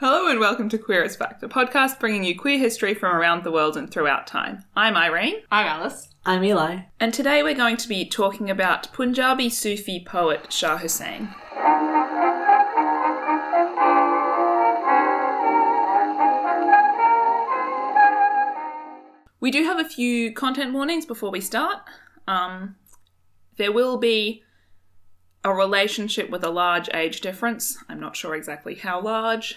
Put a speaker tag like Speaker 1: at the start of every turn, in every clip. Speaker 1: and welcome to Queer as Fact, a podcast bringing you queer history from around the world and throughout time. I'm Irene,
Speaker 2: I'm Alice.
Speaker 3: I'm Eli.
Speaker 1: and today we're going to be talking about Punjabi Sufi poet Shah Hussain. We do have a few content warnings before we start. Um, there will be a relationship with a large age difference. I'm not sure exactly how large,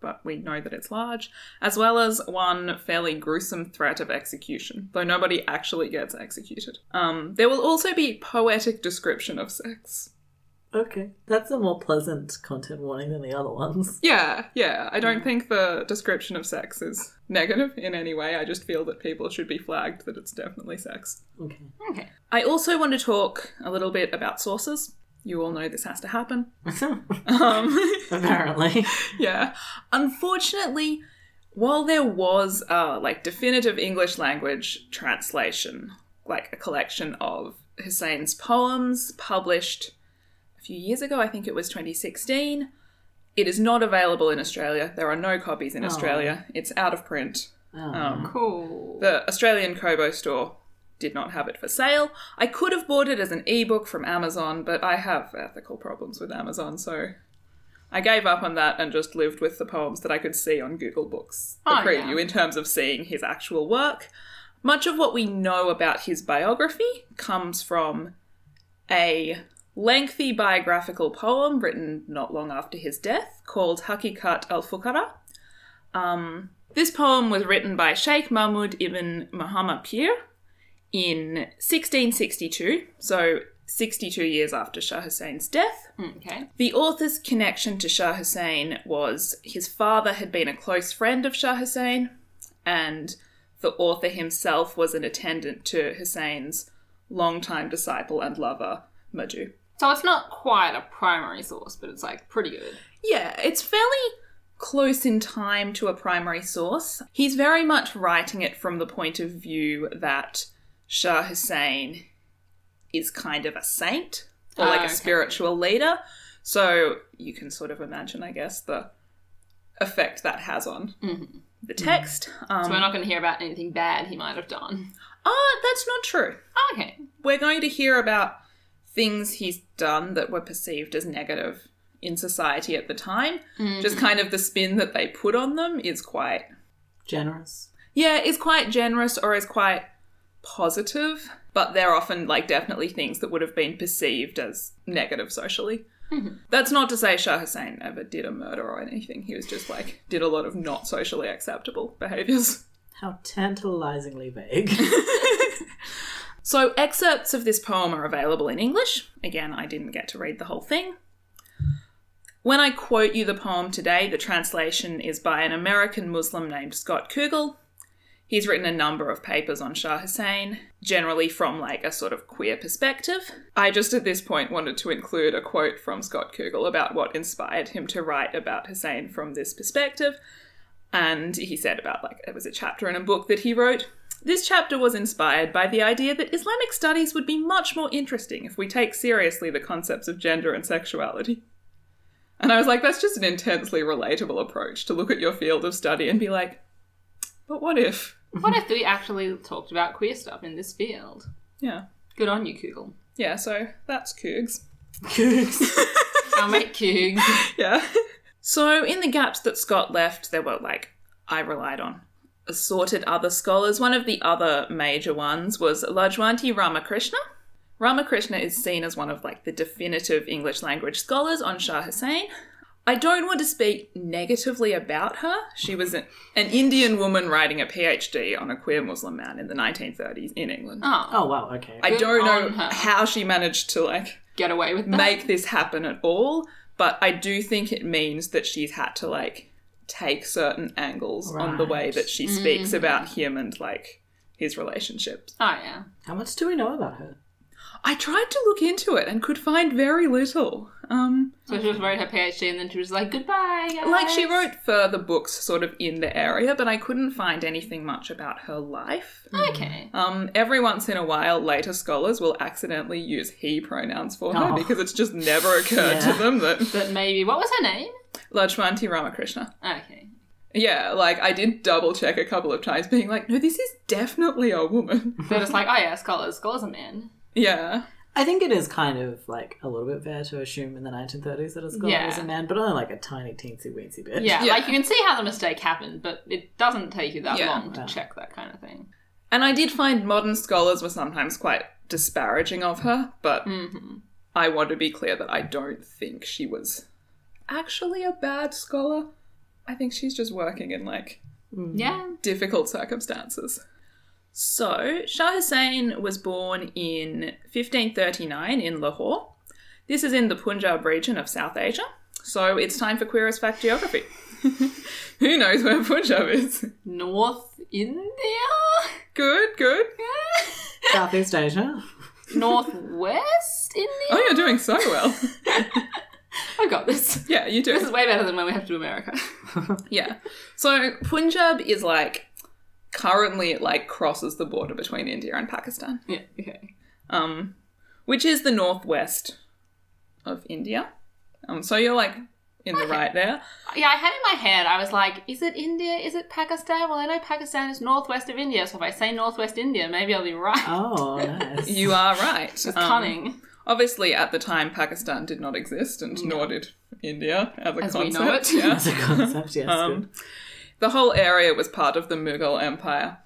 Speaker 1: but we know that it's large, as well as one fairly gruesome threat of execution, though nobody actually gets executed. Um, there will also be poetic description of sex.
Speaker 3: Okay, that's a more pleasant content warning than the other ones.
Speaker 1: Yeah, yeah. I don't think the description of sex is negative in any way. I just feel that people should be flagged that it's definitely sex.
Speaker 3: Okay.
Speaker 2: Okay.
Speaker 1: I also want to talk a little bit about sources. You all know this has to happen. Um,
Speaker 3: Apparently.
Speaker 1: yeah. Unfortunately, while there was a like definitive English language translation, like a collection of Hussein's poems published a few years ago, I think it was 2016, it is not available in Australia. There are no copies in
Speaker 3: Oh.
Speaker 1: Australia. It's out of print.
Speaker 3: Oh.
Speaker 1: Um,
Speaker 2: Cool.
Speaker 1: the Australian Kobo store did not have it for sale. I could have bought it as an ebook from Amazon, but I have ethical problems with Amazon, so I gave up on that and just lived with the poems that I could see on Google Books, the
Speaker 2: Oh, yeah.
Speaker 1: preview, in terms of seeing his actual work. Much of what we know about his biography comes from a lengthy biographical poem written not long after his death called Hakikat al Fukara. Um, this poem was written by Sheikh Mahmud ibn Muhammad Pir in 1662, so 62 years after Shah Hussein's death.
Speaker 2: okay.
Speaker 1: The author's connection to Shah Hussain was his father had been a close friend of Shah Hussain, and the author himself was an attendant to Hussein's longtime disciple and lover, Madhu.
Speaker 2: So it's not quite a primary source, but it's like pretty good.
Speaker 1: Yeah, it's fairly close in time to a primary source. He's very much writing it from the point of view that Shah Hussain is kind of a saint or
Speaker 2: Ah,
Speaker 1: like a
Speaker 2: okay.
Speaker 1: spiritual leader. So you can sort of imagine, I guess, the effect that has on
Speaker 2: Mhm.
Speaker 1: the text. Um,
Speaker 2: Mm-hmm. So we're not going to hear about anything bad he might have done.
Speaker 1: ah, that's not true.
Speaker 2: Okay.
Speaker 1: We're going to hear about things he's done that were perceived as negative in society at the time. just kind of the spin that they put on them is quite
Speaker 3: Generous.
Speaker 1: yeah is quite generous or is quite positive but they're often like definitely things that would have been perceived as negative socially
Speaker 2: Mhm.
Speaker 1: that's not to say shah hussein ever did a murder or anything he was just like did a lot of not socially acceptable behaviors
Speaker 3: How tantalizingly vague.
Speaker 1: so excerpts of this poem are available in english again i didn't get to read the whole thing when I quote you the poem today, the translation is by an American Muslim named Scott Kugel. He's written a number of papers on Shah Hussein, generally from like a sort of queer perspective. I just at this point wanted to include a quote from Scott Kugel about what inspired him to write about Hussein from this perspective. And he said about like it was a chapter in a book that he wrote. This chapter was inspired by the idea that Islamic studies would be much more interesting if we take seriously the concepts of gender and sexuality. And I was like, that's just an intensely relatable approach to look at your field of study and be like, but what if?
Speaker 2: What if we actually talked about queer stuff in this field?
Speaker 1: Yeah.
Speaker 2: Good on you, Kugel.
Speaker 1: Yeah, so that's Cougs.
Speaker 2: I'll make Kug.
Speaker 1: yeah. So, in the gaps that Scott left, there were like, I relied on assorted other scholars. One of the other major ones was Lajwanti Ramakrishna. Ramakrishna is seen as one of like the definitive English language scholars on Shah Hussain. I don't want to speak negatively about her. She was an, an Indian woman writing a PhD on a queer Muslim man in the 1930s in England.
Speaker 2: Oh,
Speaker 3: oh, wow, okay.
Speaker 1: I
Speaker 2: good
Speaker 1: don't know
Speaker 2: on her.
Speaker 1: how she managed to like
Speaker 2: get away with that.
Speaker 1: make this happen at all, but I do think it means that she's had to like take certain angles on the way
Speaker 3: Right. Mm.
Speaker 1: that she speaks about him and like his relationships.
Speaker 2: Oh yeah.
Speaker 3: How much do we know about her?
Speaker 1: I tried to look into it and could find very little. Um,
Speaker 2: So she just wrote her PhD and then she was like, goodbye. Guys.
Speaker 1: like she wrote further books sort of in the area, but I couldn't find anything much about her life.
Speaker 2: Okay.
Speaker 1: Um, every once in a while, later scholars will accidentally use he pronouns for her
Speaker 3: Oh.
Speaker 1: because it's just never occurred
Speaker 3: Yeah.
Speaker 1: to them that
Speaker 2: But maybe what was her name?
Speaker 1: Lakshmanti Ramakrishna.
Speaker 2: Okay.
Speaker 1: Yeah, like I did double check a couple of times, being like, no, this is definitely a woman.
Speaker 2: They're just like, oh yeah, Scholar. Scholar's a man.
Speaker 1: yeah.
Speaker 3: I think it is kind of like a little bit fair to assume in the 1930s that a scholar
Speaker 2: Yeah.
Speaker 3: was a man, but only like a tiny teensy weensy bit.
Speaker 2: Yeah,
Speaker 1: Yeah.
Speaker 2: like you can see how the mistake happened, but it doesn't take you that
Speaker 1: Yeah.
Speaker 2: long to
Speaker 3: Yeah.
Speaker 2: check that kind of thing.
Speaker 1: And I did find modern scholars were sometimes quite disparaging of her, but
Speaker 2: hmm
Speaker 1: I want to be clear that I don't think she was actually a bad scholar. I think she's just working in like
Speaker 3: Mm.
Speaker 2: Yeah.
Speaker 1: difficult circumstances. So, Shah Hussain was born in 1539 in Lahore. This is in the Punjab region of South Asia. So, it's time for Queer as Fact geography. Who knows where Punjab is?
Speaker 2: North India,
Speaker 1: Good, good.
Speaker 3: Southeast Asia.
Speaker 2: Northwest India.
Speaker 1: Oh, you're doing so well.
Speaker 2: I got this.
Speaker 1: Yeah, you
Speaker 2: This
Speaker 1: do.
Speaker 2: is way better than when we have to do America.
Speaker 1: Yeah. So, Punjab is like currently it like crosses the border between India and Pakistan.
Speaker 2: yeah. Okay.
Speaker 1: um, which is the northwest of India. Um, so you're like in the right there.
Speaker 2: Yeah, I had in my head. I was like, is it India? Is it Pakistan? Well, I know Pakistan is northwest of India, so if I say northwest India, maybe I'll be right.
Speaker 3: Oh, nice.
Speaker 1: You are right. It's
Speaker 2: It's cunning,
Speaker 1: Obviously, at the time, Pakistan did not exist, and nor did India as a
Speaker 2: as we
Speaker 1: concept.
Speaker 2: know it.
Speaker 1: Yeah.
Speaker 3: That's a concept, yes.
Speaker 1: Um, the whole area was part of the Mughal Empire.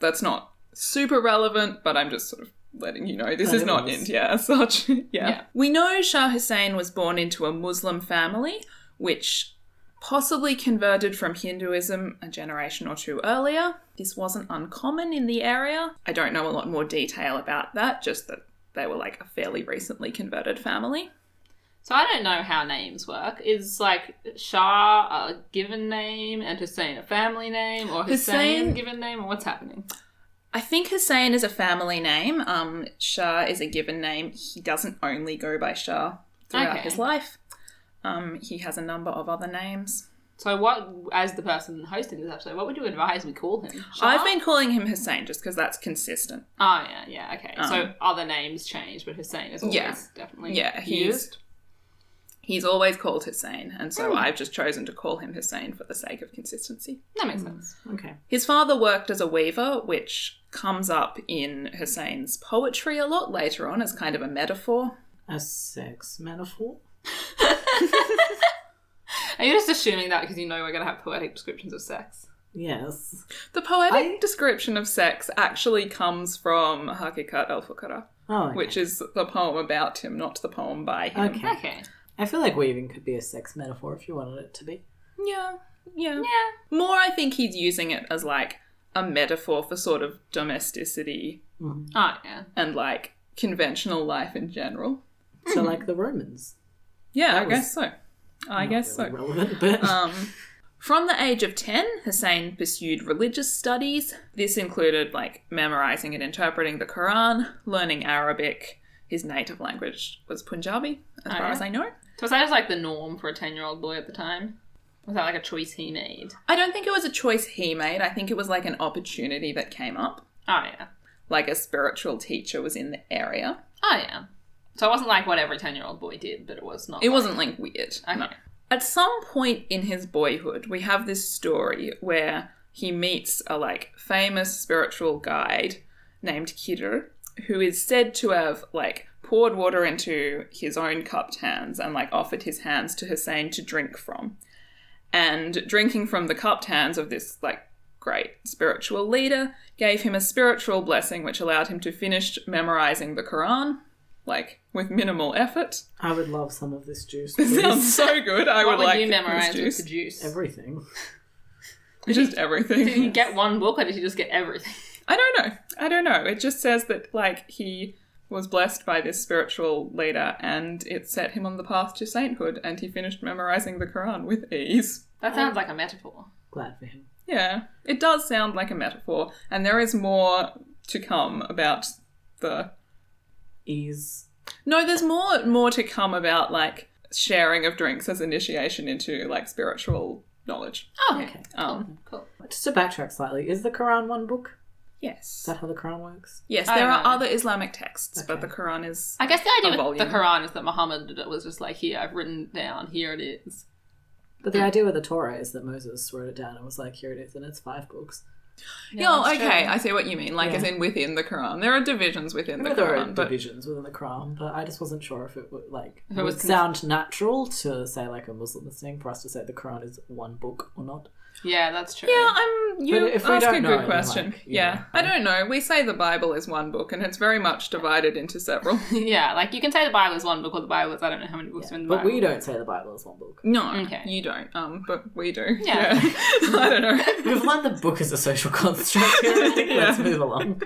Speaker 1: That's not super relevant, but I'm just sort of letting you know this
Speaker 3: But
Speaker 1: is
Speaker 3: it
Speaker 1: not
Speaker 3: was.
Speaker 1: India as such. yeah.
Speaker 2: Yeah.
Speaker 1: We know Shah Hussain was born into a Muslim family, which possibly converted from Hinduism a generation or two earlier. This wasn't uncommon in the area. I don't know a lot more detail about that, just that they were like a fairly recently converted family.
Speaker 2: So I don't know how names work. Is like Shah a given name and Hussein a family name, or Hussein,
Speaker 1: Hussein-
Speaker 2: a given name, or what's happening?
Speaker 1: I think Hussein is a family name. Um, Shah is a given name. He doesn't only go by Shah throughout
Speaker 2: Okay.
Speaker 1: his life. Um, he has a number of other names.
Speaker 2: So what, as the person hosting this episode, what would you advise we call him? Shah?
Speaker 1: I've been calling him Hussein just because that's consistent.
Speaker 2: Oh yeah, yeah, okay. so
Speaker 1: Um,
Speaker 2: other names change, but Hussein is always
Speaker 1: Yeah.
Speaker 2: definitely
Speaker 1: Yeah, he's-
Speaker 2: used.
Speaker 1: He's always called Hussein, and so
Speaker 2: Hmm.
Speaker 1: I've just chosen to call him Hussein for the sake of consistency.
Speaker 2: That makes
Speaker 1: Mm.
Speaker 2: sense.
Speaker 3: okay.
Speaker 1: His father worked as a weaver, which comes up in Hussein's poetry a lot later on as kind of a metaphor.
Speaker 3: A sex metaphor?
Speaker 2: Are you just assuming that because you know we're gonna have poetic descriptions of sex?
Speaker 3: Yes.
Speaker 1: The poetic
Speaker 3: I-
Speaker 1: description of sex actually comes from Hakikat el Fukara.
Speaker 3: Oh, okay.
Speaker 1: which is the poem about him, not the poem by him.
Speaker 3: Okay.
Speaker 2: Okay.
Speaker 3: I feel like weaving could be a sex metaphor if you wanted it to be.
Speaker 1: Yeah, yeah.
Speaker 2: Yeah.
Speaker 1: More, I think he's using it as like a metaphor for sort of domesticity
Speaker 3: Mhm.
Speaker 2: Oh yeah.
Speaker 1: and like conventional life in general.
Speaker 3: So, like the Romans.
Speaker 1: Yeah, I
Speaker 3: That was-
Speaker 1: guess so. I
Speaker 3: Not
Speaker 1: guess
Speaker 3: really
Speaker 1: so.
Speaker 3: Relevant, but
Speaker 1: Um, from the age of 10, Hussein pursued religious studies. This included like memorizing and interpreting the Quran, learning Arabic. His native language was Punjabi, as
Speaker 2: Oh,
Speaker 1: far
Speaker 2: yeah.
Speaker 1: as I know.
Speaker 2: So was that just like the norm for a ten-year-old boy at the time? Was that like a choice he made?
Speaker 1: I don't think it was a choice he made. I think it was like an opportunity that came up.
Speaker 2: Oh yeah.
Speaker 1: Like a spiritual teacher was in the area.
Speaker 2: Oh yeah. So it wasn't like what every ten-year-old boy did, but it was not.
Speaker 1: It
Speaker 2: like-
Speaker 1: wasn't like weird.
Speaker 2: Okay.
Speaker 1: no. At some point in his boyhood, we have this story where he meets a like famous spiritual guide named Kidder, who is said to have like poured water into his own cupped hands and like offered his hands to Hussein to drink from. And drinking from the cupped hands of this like great spiritual leader gave him a spiritual blessing which allowed him to finish memorizing the Quran, like with minimal effort.
Speaker 3: I would love some of this juice.
Speaker 1: It
Speaker 3: please.
Speaker 1: sounds so good. I would
Speaker 2: What would
Speaker 1: like
Speaker 2: you memorize
Speaker 1: this juice.
Speaker 2: with the juice?
Speaker 3: Everything.
Speaker 1: Just everything.
Speaker 2: Did you get one book or did you just get everything?
Speaker 1: I don't know. I don't know. It just says that like he was blessed by this spiritual leader and it set him on the path to sainthood and he finished memorizing the Quran with ease.
Speaker 2: That sounds like a metaphor.
Speaker 3: Glad for him.
Speaker 1: Yeah. It does sound like a metaphor and there is more to come about the
Speaker 3: Ease.
Speaker 1: No, there's more more to come about like sharing of drinks as initiation into like spiritual knowledge.
Speaker 2: Oh,
Speaker 3: okay.
Speaker 1: Um
Speaker 2: Cool.
Speaker 3: Just to backtrack slightly, is the Quran one book? Is
Speaker 1: yes.
Speaker 3: that how the Quran works?
Speaker 1: Yes,
Speaker 2: I
Speaker 1: there
Speaker 2: don't
Speaker 1: are
Speaker 2: know.
Speaker 1: other Islamic texts, but
Speaker 3: Okay.
Speaker 1: the Quran is
Speaker 2: I guess the
Speaker 1: A
Speaker 2: idea with the
Speaker 1: volume.
Speaker 2: Quran is that Muhammad was just like, here, I've written down, here it is.
Speaker 3: But the idea with the Torah is that Moses wrote it down and was like, here it is, and it's five books.
Speaker 1: Yeah,
Speaker 2: that's
Speaker 1: Oh, okay,
Speaker 2: true.
Speaker 1: I see what you mean. Like, as
Speaker 3: Yeah.
Speaker 1: in within the Quran, there are divisions within
Speaker 3: I
Speaker 1: the
Speaker 3: know there are
Speaker 1: Quran, but
Speaker 3: divisions within the Quran, but I just wasn't sure if it would like
Speaker 2: If it
Speaker 3: would
Speaker 2: was con-
Speaker 3: sound natural to say like a Muslim listening for us to say the Quran is one book or not.
Speaker 2: Yeah, that's true.
Speaker 1: yeah, I'm. You
Speaker 3: But if we
Speaker 1: ask a
Speaker 3: don't know,
Speaker 1: good
Speaker 3: then,
Speaker 1: question.
Speaker 3: like,
Speaker 1: yeah.
Speaker 3: yeah.
Speaker 1: I don't know. We say the Bible is one book, and it's very much divided into several.
Speaker 2: Yeah, like you can say the Bible is one book or the Bible is I don't know how many books are in the Bible.
Speaker 3: But we don't say the Bible is one book.
Speaker 1: No,
Speaker 2: Okay.
Speaker 1: you don't. Um, but we do.
Speaker 2: Yeah.
Speaker 1: I don't know.
Speaker 3: We've learned the book is a social construct here. I think let's
Speaker 1: Yeah.
Speaker 3: move along.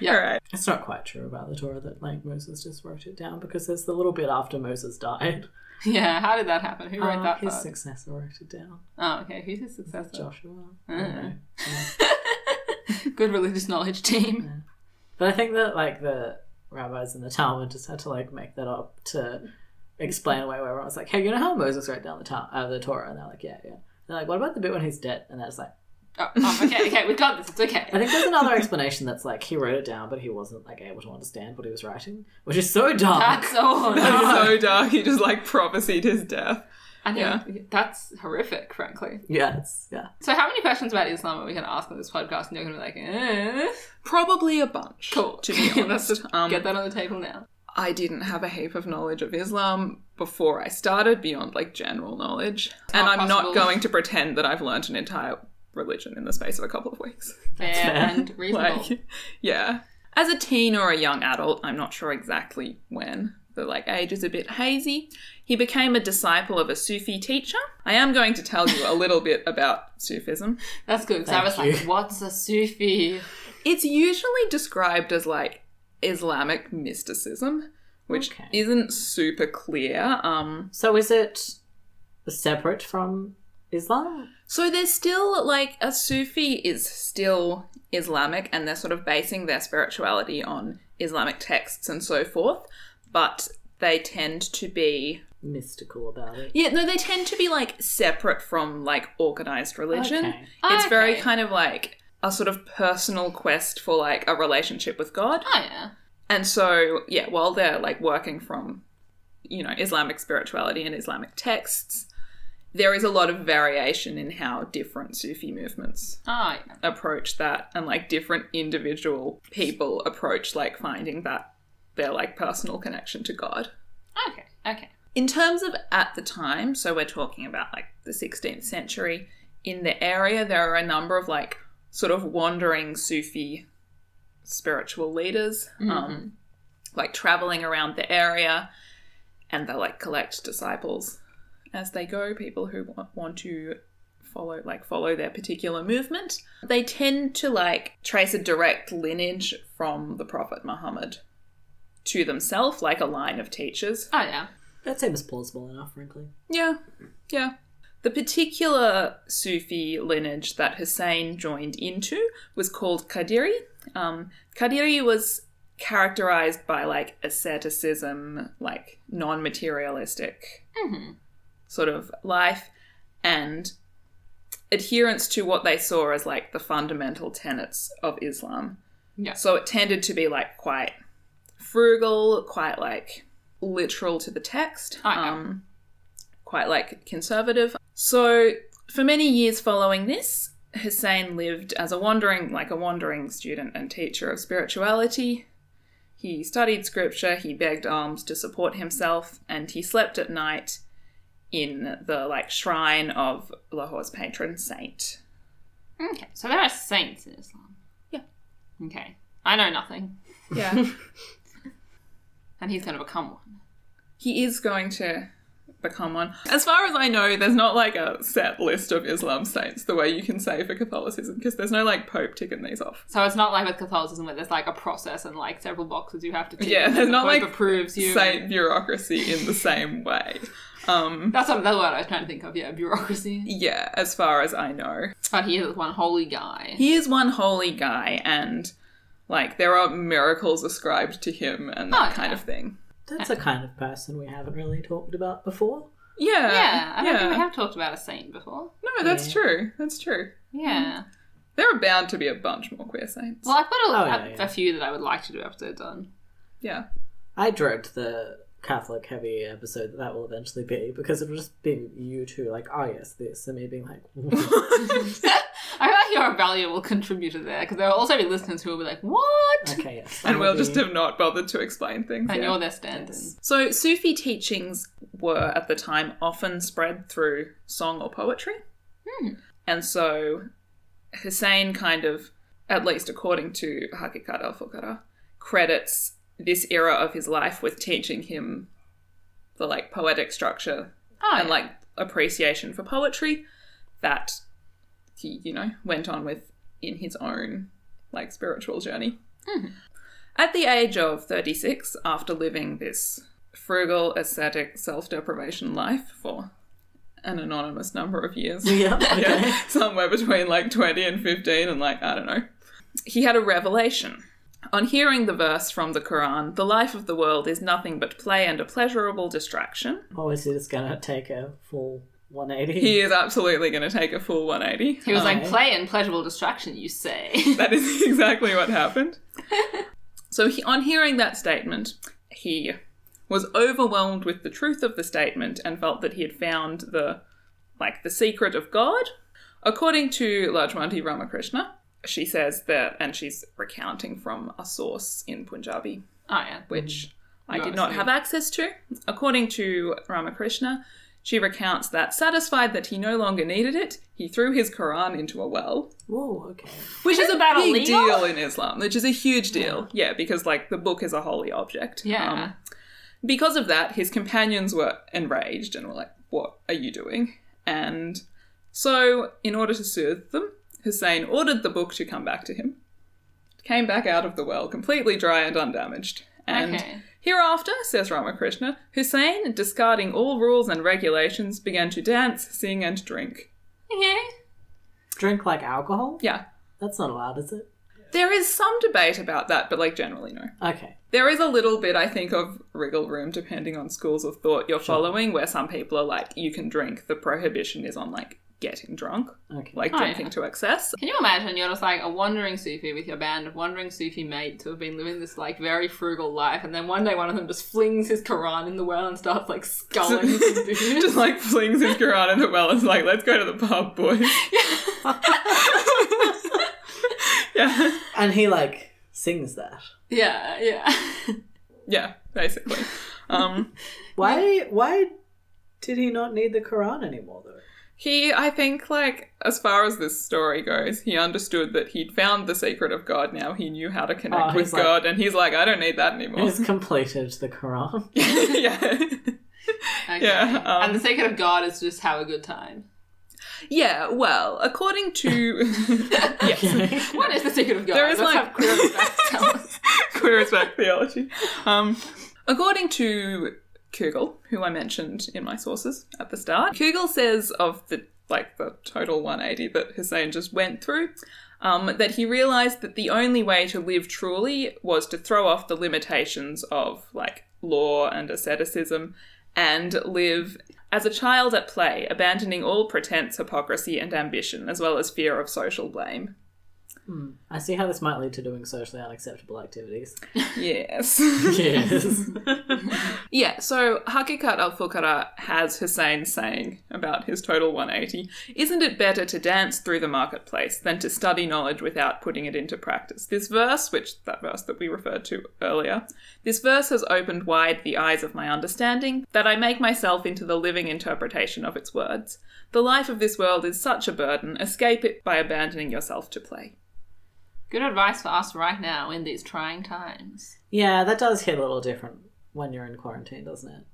Speaker 2: Yeah.
Speaker 1: All right.
Speaker 3: It's not quite true about the Torah that like Moses just wrote it down because there's the little bit after Moses died.
Speaker 2: Yeah, how did that happen? Who wrote
Speaker 3: Uh,
Speaker 2: that
Speaker 3: his
Speaker 2: part?
Speaker 3: successor wrote it down.
Speaker 2: Oh, okay. Who's his successor?
Speaker 3: Joshua. I don't
Speaker 2: Ah.
Speaker 3: know.
Speaker 2: Good religious knowledge team.
Speaker 3: But I think that like the rabbis in the Talmud just had to like make that up to explain away where everyone was like, hey, you know how Moses wrote down the Ta- uh, the Torah? And they're like, yeah, yeah. And they're like, what about the bit when he's dead? And that's like,
Speaker 2: Oh, oh, okay, okay, we got this. It's okay.
Speaker 3: I think there's another explanation that's like he wrote it down, but he wasn't like able to understand what he was writing, which is so dark.
Speaker 2: That's all.
Speaker 1: That's so dark. He just like prophesied his death.
Speaker 2: I think
Speaker 1: Yeah.
Speaker 2: that's horrific, frankly.
Speaker 3: Yes, yeah.
Speaker 2: So, how many questions about Islam are we going to ask on this podcast? And you're going to be like, eh?
Speaker 1: Probably a bunch.
Speaker 2: Cool.
Speaker 1: To be
Speaker 2: Let's
Speaker 1: honest,
Speaker 2: just
Speaker 1: um,
Speaker 2: get that on the table now.
Speaker 1: I didn't have a heap of knowledge of Islam before I started, beyond like general knowledge. and
Speaker 2: not
Speaker 1: I'm not
Speaker 2: possible.
Speaker 1: going to pretend that I've learned an entire religion in the space of a couple of weeks.
Speaker 2: Fair,
Speaker 3: fair.
Speaker 2: and reasonable.
Speaker 1: Like, yeah. As a teen or a young adult, I'm not sure exactly when. The like age is a bit hazy. He became a disciple of a Sufi teacher. I am going to tell you a little bit about Sufism.
Speaker 2: That's good because I was
Speaker 3: Thank
Speaker 2: like, what's a Sufi?
Speaker 1: It's usually described as like Islamic mysticism, which
Speaker 3: Okay.
Speaker 1: isn't super clear. Um,
Speaker 3: So is it separate from Islam?
Speaker 1: So there's still like a Sufi is still Islamic and they're sort of basing their spirituality on Islamic texts and so forth, but they tend to be
Speaker 3: Mystical about it.
Speaker 1: yeah no they tend to be like separate from like organized religion
Speaker 3: Okay.
Speaker 1: it's very
Speaker 2: Okay.
Speaker 1: kind of like a sort of personal quest for like a relationship with god
Speaker 2: Oh, yeah.
Speaker 1: and so, yeah, while they're like working from, you know, Islamic spirituality and Islamic texts, there is a lot of variation in how different Sufi movements
Speaker 2: Oh, yeah.
Speaker 1: approach that and like different individual people approach like finding that their like personal connection to God.
Speaker 2: Okay, okay.
Speaker 1: In terms of at the time, so we're talking about like the 16th century, in the area, there are a number of like sort of wandering Sufi spiritual leaders, um, like traveling around the area and they like collect disciples as they go, people who want, want to follow like follow their particular movement they tend to like trace a direct lineage from the prophet muhammad to themselves like a line of teachers
Speaker 2: Oh, yeah.
Speaker 3: That seems plausible enough, frankly.
Speaker 1: yeah, yeah. The particular Sufi lineage that Hussein joined into was called Qadiri. Um, Qadiri was characterized by like asceticism, like non materialistic sort of life, and adherence to what they saw as like the fundamental tenets of Islam.
Speaker 2: Yeah.
Speaker 1: So it tended to be like quite frugal, quite like literal to the text,
Speaker 2: Oh, yeah.
Speaker 1: um, quite like conservative. So for many years following this, Hussein lived as a wandering, like a wandering student and teacher of spirituality. He studied scripture, he begged alms to support himself, and he slept at night in the like shrine of Lahore's patron saint.
Speaker 2: Okay, so there are saints in Islam.
Speaker 1: Yeah.
Speaker 2: Okay. I know nothing.
Speaker 1: Yeah.
Speaker 2: And he's going to become one.
Speaker 1: he is going to become one. As far as I know, there's not like a set list of Islam saints the way you can say for Catholicism because there's no like Pope ticking these off.
Speaker 2: So it's not like with Catholicism where there's like a process and like several boxes you have to tick.
Speaker 1: Yeah,
Speaker 2: and
Speaker 1: there's
Speaker 2: the
Speaker 1: not, like,
Speaker 2: Pope approves you.
Speaker 1: Saint bureaucracy in the same way. Um,
Speaker 2: That's what, that's what I was trying to think of. Yeah, bureaucracy.
Speaker 1: yeah, as far as I know,
Speaker 2: But he is one holy guy.
Speaker 1: he is one holy guy, and like there are miracles ascribed to him and that
Speaker 2: Oh,
Speaker 1: kind
Speaker 2: yeah.
Speaker 1: of thing.
Speaker 3: That's a
Speaker 1: Uh,
Speaker 3: kind of person we haven't really talked about before.
Speaker 1: Yeah,
Speaker 2: Yeah, I don't think we
Speaker 1: yeah.
Speaker 2: have talked about a saint before.
Speaker 1: No, that's
Speaker 3: Yeah.
Speaker 1: true. That's true.
Speaker 2: Yeah.
Speaker 1: Mm. There are bound to be a bunch more queer saints.
Speaker 2: Well, I've got a,
Speaker 3: Oh, yeah,
Speaker 2: a,
Speaker 3: yeah.
Speaker 2: a few that I would like to do episodes on.
Speaker 1: Yeah.
Speaker 3: I dread the Catholic heavy episode that, that will eventually be because it'll just be you two like, oh yes, this, and me being like, what?
Speaker 2: I feel like you're a valuable contributor there because there will also be listeners who will be like, "What?"
Speaker 3: okay, yes,
Speaker 1: and
Speaker 3: that
Speaker 1: we'll
Speaker 3: will
Speaker 1: just
Speaker 3: be-
Speaker 1: have not bothered to explain things.
Speaker 2: And
Speaker 1: yeah.
Speaker 2: you're their stand-in.
Speaker 1: So, Sufi teachings were at the time often spread through song or poetry. And so, Hussein kind of, at least according to Hakikat al Fukara, credits this era of his life with teaching him the like poetic structure
Speaker 2: Oh,
Speaker 1: and like appreciation for poetry that he, you know, went on with in his own like spiritual journey. At the age of 36, after living this frugal, ascetic, self deprivation life for an anonymous number of years,
Speaker 3: Yeah, okay.
Speaker 1: yeah, somewhere between like 20 and 15, and like, I don't know, he had a revelation. On hearing the verse from the Quran, the life of the world is nothing but play and a pleasurable distraction.
Speaker 3: Always it is gonna take a full 180.
Speaker 1: He is absolutely going to take a full 180.
Speaker 2: he was like,
Speaker 3: Alright.
Speaker 2: "Play and pleasurable distraction." You say.
Speaker 1: that is exactly what happened. so, he, on hearing that statement, he was overwhelmed with the truth of the statement and felt that he had found the like the secret of God. According to Lajmanti Ramakrishna, she says that, and she's recounting from a source in Punjabi,
Speaker 2: oh yeah.
Speaker 1: which I
Speaker 2: No,
Speaker 1: did
Speaker 2: it's
Speaker 1: not
Speaker 2: me.
Speaker 1: have access to. According to Ramakrishna, she recounts that satisfied that he no longer needed it, he threw his Quran into a well
Speaker 3: Whoa, okay.
Speaker 2: Which is about
Speaker 1: big
Speaker 2: illegal.
Speaker 1: deal in Islam, which is a huge deal. Yeah, because like the book is a holy object.
Speaker 2: Yeah.
Speaker 1: Um, because of that, his companions were enraged and were like, "What are you doing?" And so, in order to soothe them, Hussein ordered the book to come back to him. It came back out of the well completely dry and undamaged. And
Speaker 2: Okay.
Speaker 1: hereafter, says Ramakrishna, Hussein, discarding all rules and regulations, began to dance, sing, and drink.
Speaker 2: okay.
Speaker 3: Drink like alcohol?
Speaker 1: Yeah.
Speaker 3: That's not allowed, is it?
Speaker 1: There is some debate about that, but like generally, no.
Speaker 3: Okay.
Speaker 1: There is a little bit, I think, of wriggle room depending on schools of thought you're following, where some people are like, you can drink. The prohibition is on like getting drunk,
Speaker 3: Okay.
Speaker 1: like
Speaker 2: Oh,
Speaker 1: drinking
Speaker 2: yeah.
Speaker 1: to excess.
Speaker 2: Can you imagine you're just like a wandering Sufi with your band of wandering Sufi mates who have been living this like very frugal life, and then one day one of them just flings his Quran in the well and starts like sculling some dude.
Speaker 1: Just like flings his Quran in the well and is like, let's go to the pub, boys. yeah.
Speaker 3: And he like sings that.
Speaker 2: yeah, yeah.
Speaker 1: Yeah, basically. Um,
Speaker 3: Why? Why did he not need the Quran anymore though?
Speaker 1: he, I think, like, as far as this story goes, he understood that he'd found the secret of God now. He knew how to
Speaker 3: Oh,
Speaker 1: connect
Speaker 3: he's
Speaker 1: with
Speaker 3: like-
Speaker 1: God, and he's like, I don't need that anymore.
Speaker 3: He's completed the Quran.
Speaker 1: yeah.
Speaker 2: Okay.
Speaker 1: Yeah, um,
Speaker 2: and the secret of God is just have a good time.
Speaker 1: Yeah, well, according to yes,
Speaker 3: Okay.
Speaker 2: What is the secret of God?
Speaker 1: There is,
Speaker 2: Let's
Speaker 1: like-
Speaker 2: have queries back tell us.
Speaker 1: queer is back theology. Um, according to Kugel, who I mentioned in my sources at the start, Kugel says of the like the total 180 that Hussein just went through, um, that he realized that the only way to live truly was to throw off the limitations of like law and asceticism and live as a child at play, abandoning all pretense, hypocrisy, and ambition, as well as fear of social blame.
Speaker 3: Hmm. I see how this might lead to doing socially unacceptable activities.
Speaker 1: Yes.
Speaker 3: Yes.
Speaker 1: Yeah, so Hakikat al Fukara has Hussein saying about his total 180 Isn't it better to dance through the marketplace than to study knowledge without putting it into practice? This verse, which that verse that we referred to earlier, this verse has opened wide the eyes of my understanding that I make myself into the living interpretation of its words. The life of this world is such a burden, escape it by abandoning yourself to play.
Speaker 2: Good advice for us right now in these trying times.
Speaker 3: yeah, that does hit a little different when you're in quarantine, doesn't it?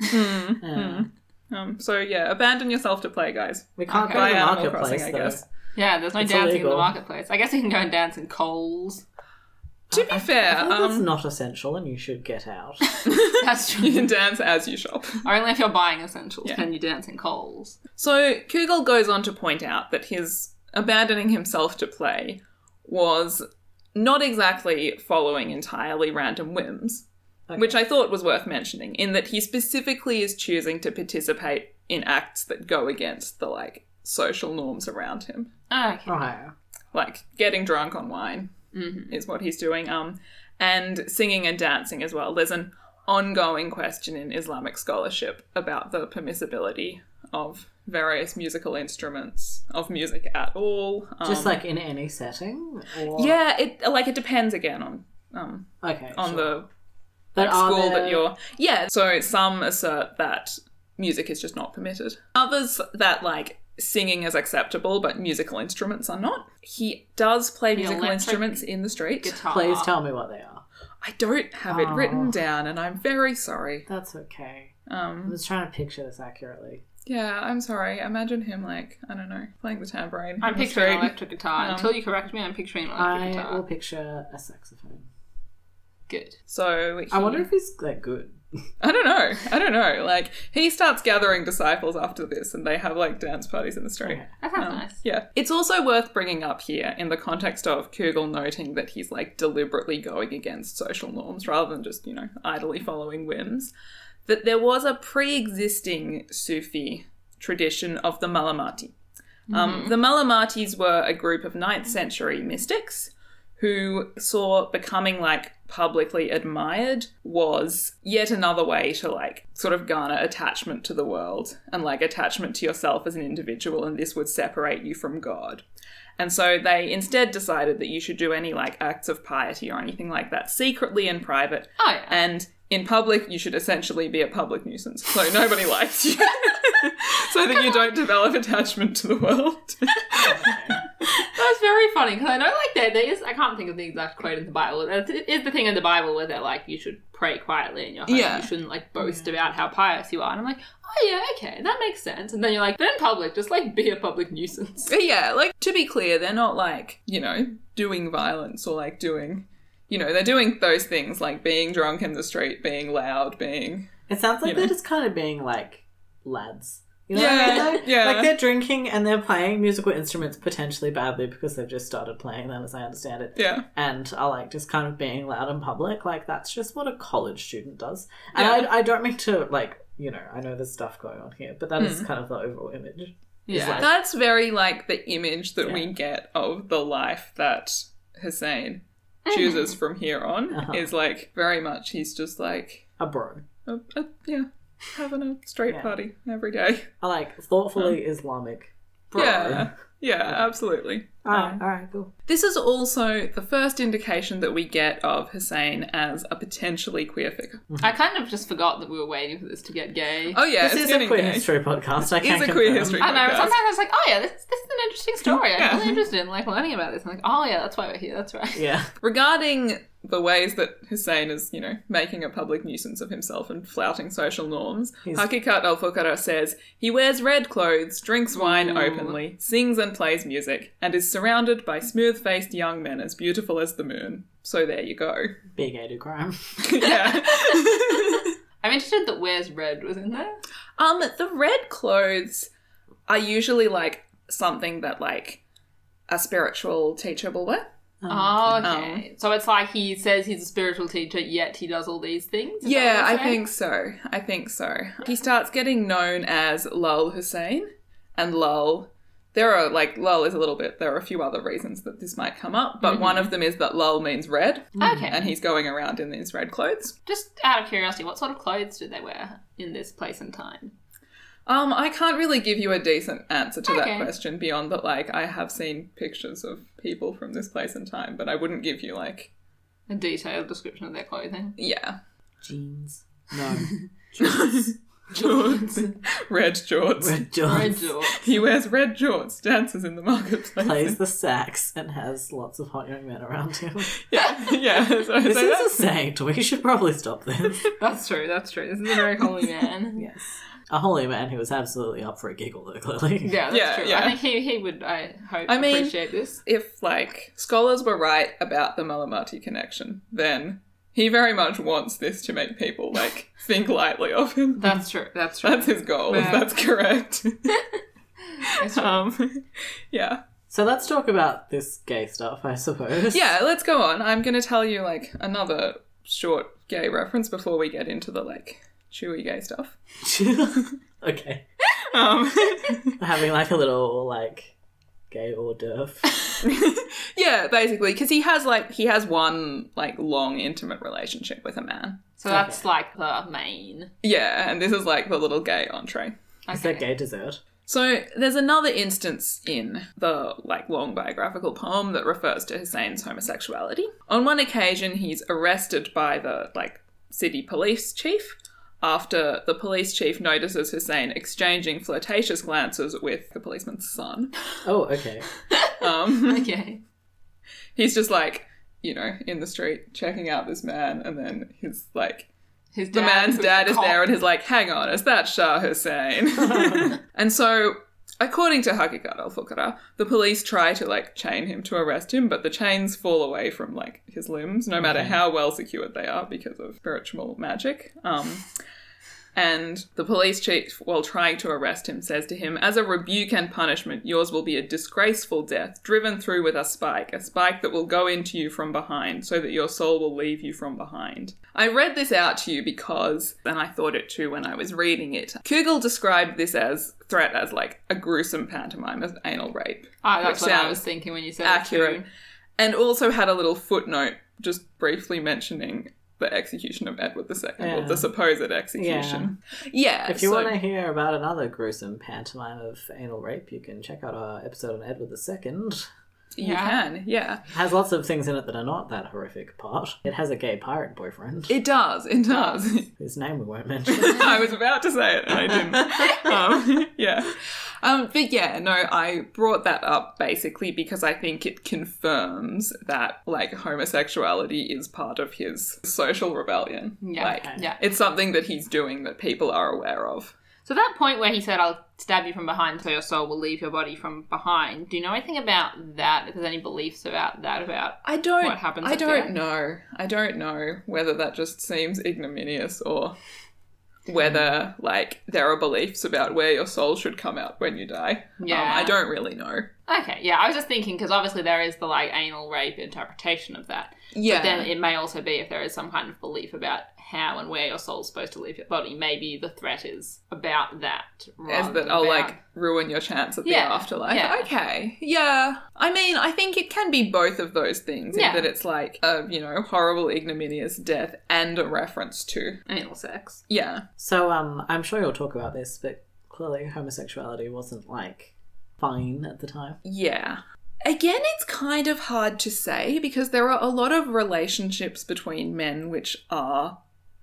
Speaker 1: Hmm.
Speaker 3: Yeah.
Speaker 1: Um, so, yeah, abandon yourself to play, guys.
Speaker 3: We can't
Speaker 1: Buy
Speaker 3: go to the
Speaker 1: Animal
Speaker 3: marketplace
Speaker 1: Crossing, I
Speaker 3: though.
Speaker 1: guess.
Speaker 2: Yeah, there's no
Speaker 3: It's
Speaker 2: dancing in
Speaker 3: illegal.
Speaker 2: the marketplace. I guess you can go and dance in Coles.
Speaker 1: To be fair,
Speaker 3: I think that's
Speaker 1: um,
Speaker 3: not essential, and you should get out.
Speaker 2: That's
Speaker 1: you
Speaker 2: true.
Speaker 1: can dance as you shop.
Speaker 2: Only if you're buying essentials
Speaker 1: Yeah.
Speaker 2: can you dance in Coles.
Speaker 1: So Kugel goes on to point out that his abandoning himself to play was not exactly following entirely random whims,
Speaker 3: Okay.
Speaker 1: which I thought was worth mentioning, in that he specifically is choosing to participate in acts that go against the like social norms around him.
Speaker 2: Okay.
Speaker 3: Ohio.
Speaker 1: Like getting drunk
Speaker 3: Mm-hmm.
Speaker 1: on wine is what he's doing. Um and singing and dancing as well. There's an ongoing question in Islamic scholarship about the permissibility of various musical instruments, of music at all. Um,
Speaker 3: Just like in any setting? Or...
Speaker 1: yeah, it like it depends again on um,
Speaker 3: Okay.
Speaker 1: on
Speaker 3: sure.
Speaker 1: the
Speaker 3: But
Speaker 1: like,
Speaker 3: are
Speaker 1: school
Speaker 3: there-
Speaker 1: that you're. Yeah, so some assert that music is just not permitted. Others that like singing is acceptable, but musical instruments are not. He does play musical
Speaker 2: electric
Speaker 1: instruments in the street.
Speaker 2: Guitar.
Speaker 1: Ah.
Speaker 3: Please tell me what they are.
Speaker 1: I don't have it
Speaker 3: Oh.
Speaker 1: written down, and I'm very sorry.
Speaker 3: That's okay. I
Speaker 1: Um,
Speaker 3: was trying to picture this accurately.
Speaker 1: yeah, I'm sorry. Imagine him like I don't know playing the tambourine.
Speaker 2: I'm
Speaker 1: in the
Speaker 2: picturing an
Speaker 1: street.
Speaker 2: electric guitar.
Speaker 1: Um,
Speaker 2: Until you correct me, I'm picturing an
Speaker 3: I
Speaker 2: electric guitar.
Speaker 3: will picture a saxophone.
Speaker 2: Good.
Speaker 1: So he,
Speaker 3: I wonder if he's like good.
Speaker 1: I don't know. I don't know. Like he starts gathering disciples after this, and they have like dance parties in the street.
Speaker 3: Okay.
Speaker 2: That sounds
Speaker 1: Um,
Speaker 2: nice.
Speaker 1: Yeah. It's also worth bringing up here in the context of Kugel noting that he's like deliberately going against social norms rather than just, you know, idly following whims, that there was a pre existing Sufi tradition of the Malamati.
Speaker 2: Mm-hmm.
Speaker 1: Um, the Malamatis were a group of 9th century mystics who saw becoming like publicly admired was yet another way to like sort of garner attachment to the world and like attachment to yourself as an individual and this would separate you from god and so they instead decided that you should do any like acts of piety or anything like that secretly in private
Speaker 2: Oh yeah.
Speaker 1: and in public you should essentially be a public nuisance so nobody likes you so that you don't develop attachment to the world
Speaker 3: Oh,
Speaker 2: That's very funny because I know like there, there is I can't think of the exact quote in the Bible. It it is the thing in the Bible where they're like you should pray quietly in your home.
Speaker 1: Yeah.
Speaker 2: You shouldn't like boast about how pious you are. And I'm like, oh yeah, okay, that makes sense. And then you're like, but in public, just like be a public nuisance.
Speaker 1: But yeah, like to be clear, they're not like, you know, doing violence or like doing you know, they're doing those things like being drunk in the street, being loud, being
Speaker 3: It sounds like
Speaker 1: You know.
Speaker 3: they're just kind of being like lads. You know
Speaker 1: Yeah,
Speaker 3: what I mean? Like-
Speaker 1: yeah.
Speaker 3: Like they're drinking and they're playing musical instruments potentially badly because they've just started playing them, as I understand it,
Speaker 1: yeah.
Speaker 3: and are like just kind of being loud in public. Like that's just what a college student does. And
Speaker 1: Yeah.
Speaker 3: I, I don't mean to like you know I know there's stuff going on here, but that is
Speaker 1: Mm.
Speaker 3: kind of the overall image.
Speaker 2: Yeah.
Speaker 3: like-
Speaker 1: That's very like the image that
Speaker 3: Yeah.
Speaker 1: we get of the life that Hussein chooses from here on
Speaker 3: Uh-huh.
Speaker 1: is like very much he's just like
Speaker 3: A bro,
Speaker 1: a, a, yeah, having a straight
Speaker 3: Yeah.
Speaker 1: party every day.
Speaker 3: I like thoughtfully Islamic. Bro.
Speaker 1: Yeah. Yeah, absolutely.
Speaker 3: All right, all right, cool.
Speaker 1: This is also the first indication that we get of Hussein as a potentially queer figure.
Speaker 2: I kind of just forgot that we were waiting for this to get gay.
Speaker 1: Oh yeah,
Speaker 3: this
Speaker 1: it's
Speaker 3: is a
Speaker 1: getting
Speaker 3: queer
Speaker 1: gay.
Speaker 3: history podcast. I
Speaker 1: It's
Speaker 3: can
Speaker 1: a queer
Speaker 3: confirm.
Speaker 1: history.
Speaker 2: I know.
Speaker 1: podcast.
Speaker 2: Sometimes I was like, "Oh yeah, this, this is an interesting story. I'm
Speaker 1: Yeah.
Speaker 2: really interested in like learning about this." I'm like, "Oh yeah, that's why we're here. That's right."
Speaker 3: Yeah.
Speaker 1: Regarding the ways that Hussein is, you know, making a public nuisance of himself and flouting social norms,
Speaker 3: He's-
Speaker 1: Hakikat al Fukara says he wears red clothes, drinks wine
Speaker 2: Ooh.
Speaker 1: openly, sings and plays music, and is surrounded by smooth faced young men as beautiful as the moon. So there you go.
Speaker 3: Big gay to crime.
Speaker 1: yeah.
Speaker 2: I'm interested that "Where's Red" was in there.
Speaker 1: Um, the red clothes are usually like something that like a spiritual teacher will wear.
Speaker 3: Ah. Um,
Speaker 2: Oh,
Speaker 1: Um,
Speaker 2: okay. So it's like he says he's a spiritual teacher, yet he does all these things. Is that
Speaker 1: yeah,
Speaker 2: what
Speaker 1: I
Speaker 2: you're saying?
Speaker 1: think so. I think so. He starts getting known as Lul Hussein and Lul. There are like Lul is a little bit. There are a few other reasons that this might come up, but one of them is that Lul means red,
Speaker 2: Mm-hmm. Okay.
Speaker 1: and he's going around in these red clothes.
Speaker 2: Just out of curiosity, what sort of clothes did they wear in this place and time?
Speaker 1: Um, I can't really give you a decent answer to
Speaker 2: Okay.
Speaker 1: that question beyond that. Like, I have seen pictures of people from this place and time, but I wouldn't give you like
Speaker 2: A detailed description of their clothing.
Speaker 1: Yeah.
Speaker 3: Jeans. No.
Speaker 1: Jorts. red jorts.
Speaker 3: Red John
Speaker 2: Red jorts.
Speaker 1: He wears red jorts, dances in the marketplace.
Speaker 3: plays the sax and has lots of hot young men around him.
Speaker 1: Yeah, yeah. So, so
Speaker 3: This
Speaker 1: that's-
Speaker 3: is a saint. We should probably stop this.
Speaker 2: That's true, that's true. This is a very holy man.
Speaker 3: yes. A holy man who was absolutely up for a giggle, though, clearly.
Speaker 2: Yeah, that's
Speaker 1: Yeah,
Speaker 2: true.
Speaker 1: yeah.
Speaker 2: I think he, he would, I hope,
Speaker 1: I mean-
Speaker 2: appreciate this.
Speaker 1: if like scholars were right about the Malamati connection, then he very much wants this to make people like think lightly of him.
Speaker 2: That's true, that's true.
Speaker 1: That's his goal. If
Speaker 2: Wow.
Speaker 1: that's correct.
Speaker 2: That's true.
Speaker 1: um, yeah,
Speaker 3: So let's talk about this gay stuff, I suppose.
Speaker 1: yeah. Let's go on. I'm going to tell you like another short gay reference before we get into the like chewy gay stuff.
Speaker 3: okay.
Speaker 1: Um,
Speaker 3: Having like a little, like, gay hors d'oeuvre.
Speaker 1: yeah, basically, because he has like he has one like long intimate relationship with a man.
Speaker 2: So that's like the main.
Speaker 1: Yeah, and this is like the little gay entree.
Speaker 3: Is that gay dessert?
Speaker 1: So there's another instance in the like long biographical poem that refers to Hussein's homosexuality. On one occasion, he's arrested by the like city police chief after the police chief notices Hussein exchanging flirtatious glances with the policeman's son.
Speaker 3: Oh, okay.
Speaker 1: Um,
Speaker 2: Okay.
Speaker 1: he's just like you know in the street checking out this man, and then he's like
Speaker 2: His
Speaker 1: the man's
Speaker 2: who's
Speaker 1: dad
Speaker 2: a
Speaker 1: is
Speaker 2: cop.
Speaker 1: there and he's like, hang on, is that Shah Hussein? and so, according to Hakikat al Fukara, the police try to like chain him to arrest him, but the chains fall away from like his limbs, no matter how well secured they are because of spiritual magic. Um, and the police chief, while trying to arrest him, says to him, As a rebuke and punishment, yours will be a disgraceful death, driven through with a spike, a spike that will go into you from behind, so that your soul will leave you from behind. I read this out to you because, and I thought it too when I was reading it, Kugel described this as threat as like a gruesome pantomime of anal rape
Speaker 2: Ah, that's
Speaker 1: which
Speaker 2: what I
Speaker 1: sounds
Speaker 2: was thinking when you said it too.
Speaker 1: accurate. And also had a little footnote just briefly mentioning the execution of Edward II, or
Speaker 3: Yeah.
Speaker 1: the supposed execution. Yeah.
Speaker 3: If you
Speaker 1: so-
Speaker 3: want to hear about another gruesome pantomime of anal rape, you can check out our episode on Edward II.
Speaker 1: you
Speaker 2: Yeah.
Speaker 1: can, yeah.
Speaker 3: It has lots of things in it that are not that horrific part. It has a gay pirate boyfriend,
Speaker 1: It does, it does.
Speaker 3: whose name we won't mention.
Speaker 1: I was about to say it and I didn't. Um, yeah. Um, but yeah, no, I brought that up basically because I think it confirms that like homosexuality is part of his social rebellion.
Speaker 2: Yeah.
Speaker 1: Like,
Speaker 2: yeah.
Speaker 1: it's something that he's doing that people are aware of.
Speaker 2: So that point where he said, "I'll stab you from behind, so your soul will leave your body from behind." Do you know anything about that? If there's any beliefs about that, about
Speaker 1: I don't.
Speaker 2: what happens
Speaker 1: I
Speaker 2: at
Speaker 1: don't
Speaker 2: death.
Speaker 1: know. I don't know whether that just seems ignominious or whether like there are beliefs about where your soul should come out when you die. Um,
Speaker 2: Yeah.
Speaker 1: I don't really know.
Speaker 2: okay, yeah. I was just thinking because obviously there is the like anal rape interpretation of that.
Speaker 1: Yeah.
Speaker 2: Then it may also be if there is some kind of belief about how and where your soul's supposed to leave your body. Maybe the threat is about that.
Speaker 1: as
Speaker 2: rather
Speaker 1: that
Speaker 2: than
Speaker 1: I'll
Speaker 2: about-
Speaker 1: like ruin your chance at the
Speaker 2: Yeah,
Speaker 1: afterlife.
Speaker 2: yeah.
Speaker 1: Okay. Yeah. I mean, I think it can be both of those things.
Speaker 2: Yeah.
Speaker 1: In that it's like a, you know, horrible ignominious death and a reference to
Speaker 2: anal sex.
Speaker 1: Yeah.
Speaker 3: So um, I'm sure you'll talk about this, but clearly homosexuality wasn't like fine at the time.
Speaker 1: Yeah. Again, it's kind of hard to say because there are a lot of relationships between men which are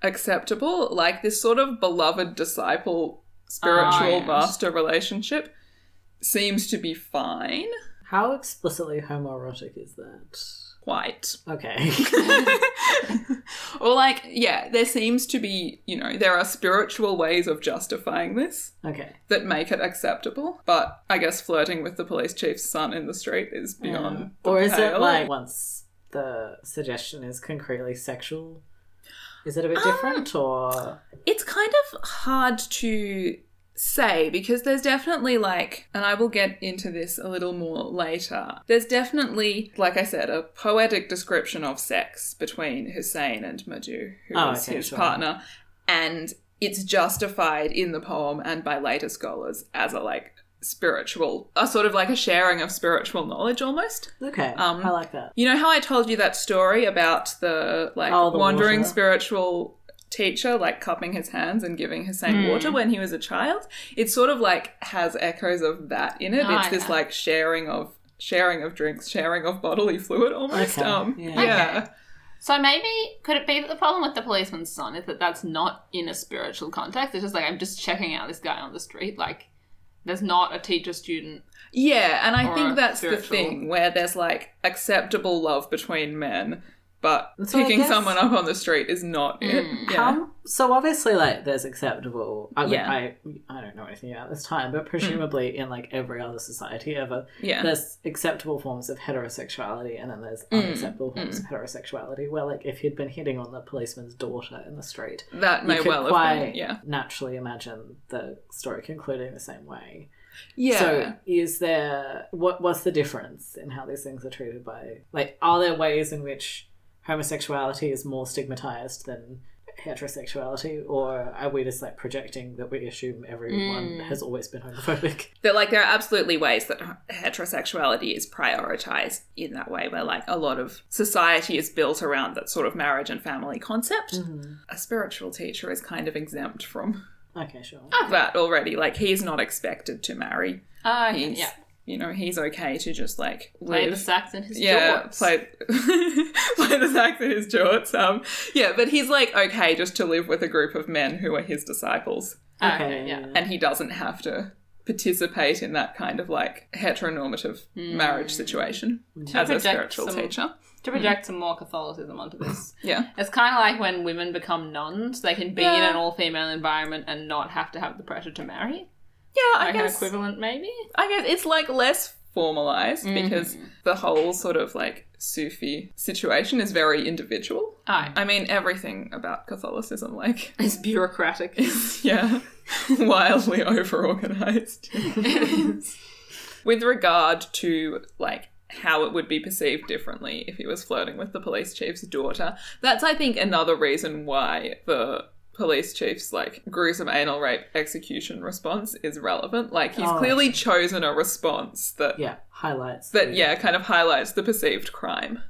Speaker 1: acceptable, like this sort of beloved disciple spiritual
Speaker 2: Ah, yes.
Speaker 1: master relationship seems to be fine.
Speaker 3: How explicitly homoerotic is that?
Speaker 1: Quite.
Speaker 3: Okay.
Speaker 1: or like, yeah, there seems to be, you know, there are spiritual ways of justifying this
Speaker 3: okay.
Speaker 1: that make it acceptable, but I guess flirting with the police chief's son in the street is beyond
Speaker 3: Um,
Speaker 1: the
Speaker 3: or is it
Speaker 1: pale.
Speaker 3: like once the suggestion is concretely sexual? Is it a bit
Speaker 1: Uh,
Speaker 3: different or
Speaker 1: it's kind of hard to say because there's definitely like and I will get into this a little more later. There's definitely like I said a poetic description of sex between Hussein and Madhu who
Speaker 3: Oh,
Speaker 1: is
Speaker 3: okay,
Speaker 1: his
Speaker 3: sure.
Speaker 1: partner and it's justified in the poem and by later scholars as a like spiritual a sort of like a sharing of spiritual knowledge almost.
Speaker 3: okay?
Speaker 1: Um,
Speaker 3: I like that.
Speaker 1: You know how I told you that story about the like
Speaker 3: Oh, the
Speaker 1: wandering
Speaker 3: water.
Speaker 1: spiritual teacher like cupping his hands and giving Hussein water
Speaker 3: Hmm.
Speaker 1: when he was a child? It sort of like has echoes of that in it.
Speaker 2: Ah,
Speaker 1: it's this
Speaker 2: yeah.
Speaker 1: like sharing of sharing of drinks, sharing of bodily fluid almost.
Speaker 3: Okay,
Speaker 1: Um
Speaker 3: yeah.
Speaker 1: yeah.
Speaker 3: Okay.
Speaker 2: So maybe could it be that the problem with the policeman's son is that that's not in a spiritual context? It's just like I'm just checking out this guy on the street. Like there's not a teacher student.
Speaker 1: Yeah, and I
Speaker 2: Or
Speaker 1: think that's the
Speaker 2: spiritual.
Speaker 1: thing where there's like acceptable love between men, but
Speaker 3: So I
Speaker 1: picking
Speaker 3: guess-
Speaker 1: someone up on the street is not
Speaker 2: Hmm.
Speaker 1: it. Yeah.
Speaker 3: Um, so obviously, like, there's acceptable. I,
Speaker 1: Yeah. Mm.
Speaker 3: I I don't know anything about this time, but presumably in like every other society ever,
Speaker 1: yeah.
Speaker 3: there's acceptable forms of heterosexuality and then there's
Speaker 1: Mm.
Speaker 3: unacceptable forms of heterosexuality where like if he'd been hitting on the policeman's daughter in the street
Speaker 1: That may
Speaker 3: you could
Speaker 1: well
Speaker 3: quite
Speaker 1: have been. Yeah.
Speaker 3: naturally imagine the story concluding the same way
Speaker 1: Yeah.
Speaker 3: so is there what what's the difference in how these things are treated by like are there ways in which homosexuality is more stigmatized than heterosexuality, or are we just like projecting that we assume everyone
Speaker 2: Mm.
Speaker 3: has always been homophobic?
Speaker 1: That like there are absolutely ways that heterosexuality is prioritized in that way, where like a lot of society is built around that sort of marriage and family concept.
Speaker 2: Mm.
Speaker 1: A spiritual teacher is kind of exempt from
Speaker 3: Okay, sure.
Speaker 1: that already. Like he's not expected to marry.
Speaker 2: Ah, okay,
Speaker 1: He's
Speaker 2: yeah.
Speaker 1: you know he's okay to just like
Speaker 2: Play the
Speaker 1: live.
Speaker 2: sax in his
Speaker 1: yeah,
Speaker 2: jorts.
Speaker 1: play play the sax in his jorts. Um, yeah, but he's like okay just to live with a group of men who are his disciples,
Speaker 2: Ah, okay, yeah.
Speaker 1: and he doesn't have to participate in that kind of like heteronormative marriage situation as a
Speaker 2: Project
Speaker 1: spiritual
Speaker 2: some-
Speaker 1: teacher.
Speaker 2: To project some more Catholicism onto this.
Speaker 1: Yeah,
Speaker 2: It's kind of like when women become nuns; they can be in
Speaker 1: Yeah.
Speaker 2: an all-female environment and not have to have the pressure to marry.
Speaker 1: yeah, I
Speaker 2: Like an
Speaker 1: guess
Speaker 2: equivalent, maybe.
Speaker 1: I guess it's like less formalized because the whole sort of like Sufi situation is very individual.
Speaker 2: Aye.
Speaker 1: I mean, everything about Catholicism, like,
Speaker 2: Mm. It's bureaucratic.
Speaker 1: is, yeah, wildly overorganized.
Speaker 2: Mm.
Speaker 1: With regard to, like, how it would be perceived differently if he was flirting with the police chief's daughter, that's, I think, another reason why the police chief's, like, gruesome anal rape execution response is relevant. Like, he's
Speaker 3: Oh.
Speaker 1: clearly chosen a response that.
Speaker 3: Yeah, highlights.
Speaker 1: That
Speaker 3: the-
Speaker 1: yeah, kind of highlights the perceived crime.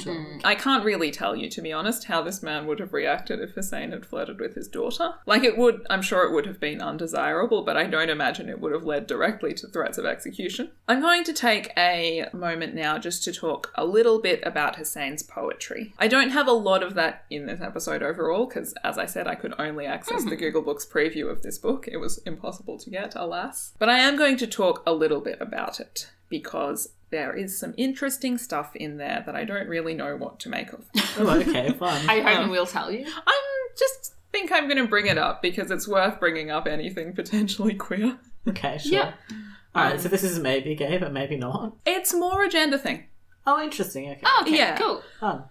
Speaker 3: Sure.
Speaker 2: Mm.
Speaker 1: I can't really tell you, to be honest, how this man would have reacted if Hussein had flirted with his daughter. Like, it would, I'm sure it would have been undesirable, but I don't imagine it would have led directly to threats of execution. I'm going to take a moment now just to talk a little bit about Hussein's poetry. I don't have a lot of that in this episode overall, because as I said, I could only access the Google Books preview of this book. It was impossible to get, alas. But I am going to talk a little bit about it, because there is some interesting stuff in there that I don't really know what to make of.
Speaker 3: Oh, okay, fun.
Speaker 2: I hope we'll tell you.
Speaker 1: I'm just think I'm going to bring it up because it's worth bringing up anything potentially queer.
Speaker 3: Okay, sure.
Speaker 2: Yeah. Um.
Speaker 3: All right, so this is maybe gay, but maybe not.
Speaker 1: It's more a gender thing.
Speaker 3: Oh, interesting. Okay,
Speaker 2: Oh, okay,
Speaker 1: Yeah.
Speaker 2: cool.
Speaker 3: fun.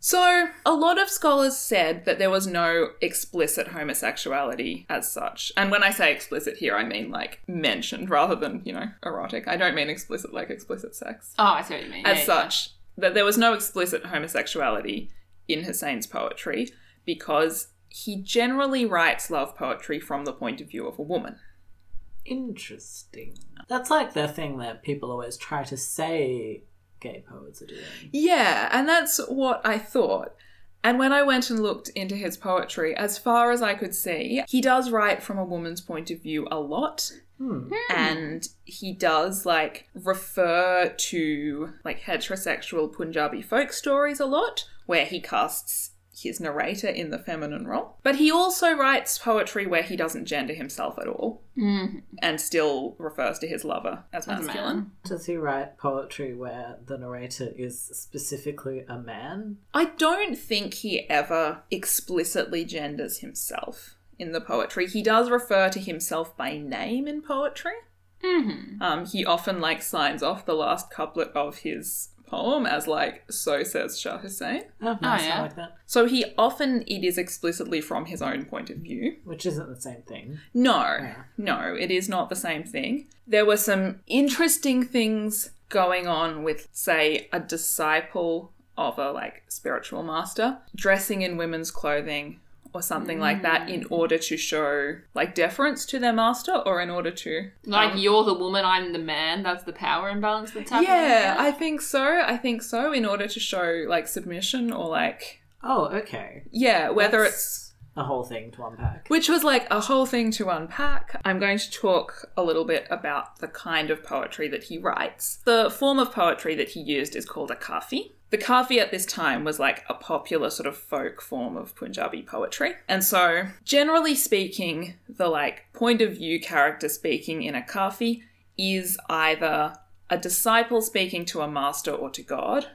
Speaker 1: So, a lot of scholars said that there was no explicit homosexuality as such. And when I say explicit here, I mean like mentioned rather than, you know, erotic. I don't mean explicit like explicit sex.
Speaker 2: Oh, I see what you mean.
Speaker 1: as
Speaker 2: Yeah, yeah.
Speaker 1: such that there was no explicit homosexuality in Hussein's poetry because he generally writes love poetry from the point of view of a woman.
Speaker 3: Interesting. That's like the thing that people always try to say gay poets are doing.
Speaker 1: Yeah, and that's what I thought. And when I went and looked into his poetry, as far as I could see, he does write from a woman's point of view a lot.
Speaker 3: Hmm.
Speaker 1: and he does like refer to like heterosexual Punjabi folk stories a lot, where he casts his narrator in the feminine role. But he also writes poetry where he doesn't gender himself at all
Speaker 2: Mm,
Speaker 1: and still refers to his lover as
Speaker 2: as a man.
Speaker 1: masculine.
Speaker 3: Does he write poetry where the narrator is specifically a man?
Speaker 1: I don't think he ever explicitly genders himself in the poetry. He does refer to himself by name in poetry.
Speaker 2: Mhm.
Speaker 1: Um, he often like signs off the last couplet of his poem as like "So says Shah Hussein."
Speaker 3: Oh, nice,
Speaker 2: yeah.
Speaker 3: I like that.
Speaker 1: So he often it is explicitly from his own point of view.
Speaker 3: Which isn't the same thing.
Speaker 1: No,
Speaker 3: Yeah.
Speaker 1: no, it is not the same thing. There were some interesting things going on with, say, a disciple of a like spiritual master dressing in women's clothing or something like that in order to show like deference to their master or in order to
Speaker 2: Like you're the woman, I'm the man. That's the power imbalance that's happening.
Speaker 1: yeah,
Speaker 2: there.
Speaker 1: I think so. I think so. In order to show like submission or like
Speaker 3: Oh, okay.
Speaker 1: yeah, whether
Speaker 3: That's
Speaker 1: it's
Speaker 3: a whole thing to unpack.
Speaker 1: which was like a whole thing to unpack. I'm going to talk a little bit about the kind of poetry that he writes. The form of poetry that he used is called a kafi. The kafi at this time was like a popular sort of folk form of Punjabi poetry. And so, generally speaking, the like point of view character speaking in a kafi is either a disciple speaking to a master or to God,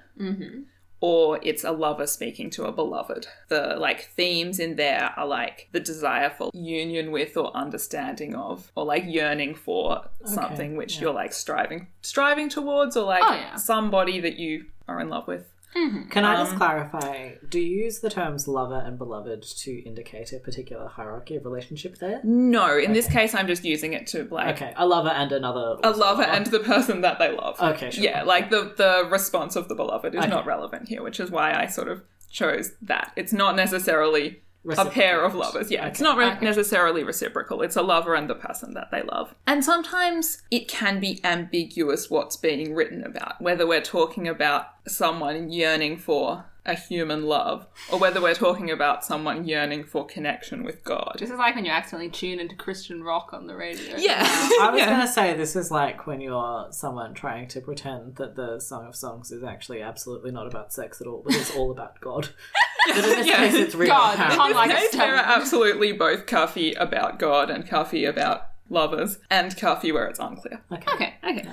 Speaker 1: or it's a lover speaking to a beloved. The like themes in there are like the desire for union with or understanding of or like yearning for something which
Speaker 3: yeah.
Speaker 1: you're like striving striving towards or like
Speaker 2: Oh, yeah.
Speaker 1: somebody that you are in love with.
Speaker 3: Can I just clarify? Do you use the terms lover and beloved to indicate a particular hierarchy of relationship there?
Speaker 1: No, in this case I'm just using it to like
Speaker 3: Okay, a lover and another.
Speaker 1: a lover and the person that they love.
Speaker 3: Oh. Okay, sure.
Speaker 1: Yeah, like the the response of the beloved is
Speaker 3: Okay.
Speaker 1: not relevant here, which is why I sort of chose that. It's not necessarily a
Speaker 3: Reciprocal.
Speaker 1: pair of lovers. Yeah, it's
Speaker 3: Okay.
Speaker 1: not re-
Speaker 2: Okay.
Speaker 1: necessarily reciprocal. It's a lover and the person that they love. And sometimes it can be ambiguous what's being written about, whether we're talking about someone yearning for a human love or whether we're talking about someone yearning for connection with God.
Speaker 2: This is like when you accidentally tune into Christian rock on the radio.
Speaker 1: Yeah.
Speaker 3: I was
Speaker 1: Yeah.
Speaker 3: gonna say this is like when you're someone trying to pretend that the Song of Songs is actually absolutely not about sex at all, but it's all about God. but in this
Speaker 1: Yeah.
Speaker 3: case, it's real.
Speaker 2: God,
Speaker 3: apparently.
Speaker 2: hung like a
Speaker 1: They are
Speaker 2: stone.
Speaker 1: absolutely both cuffy about God and cuffy about lovers and cuffy where it's unclear.
Speaker 2: Okay, okay.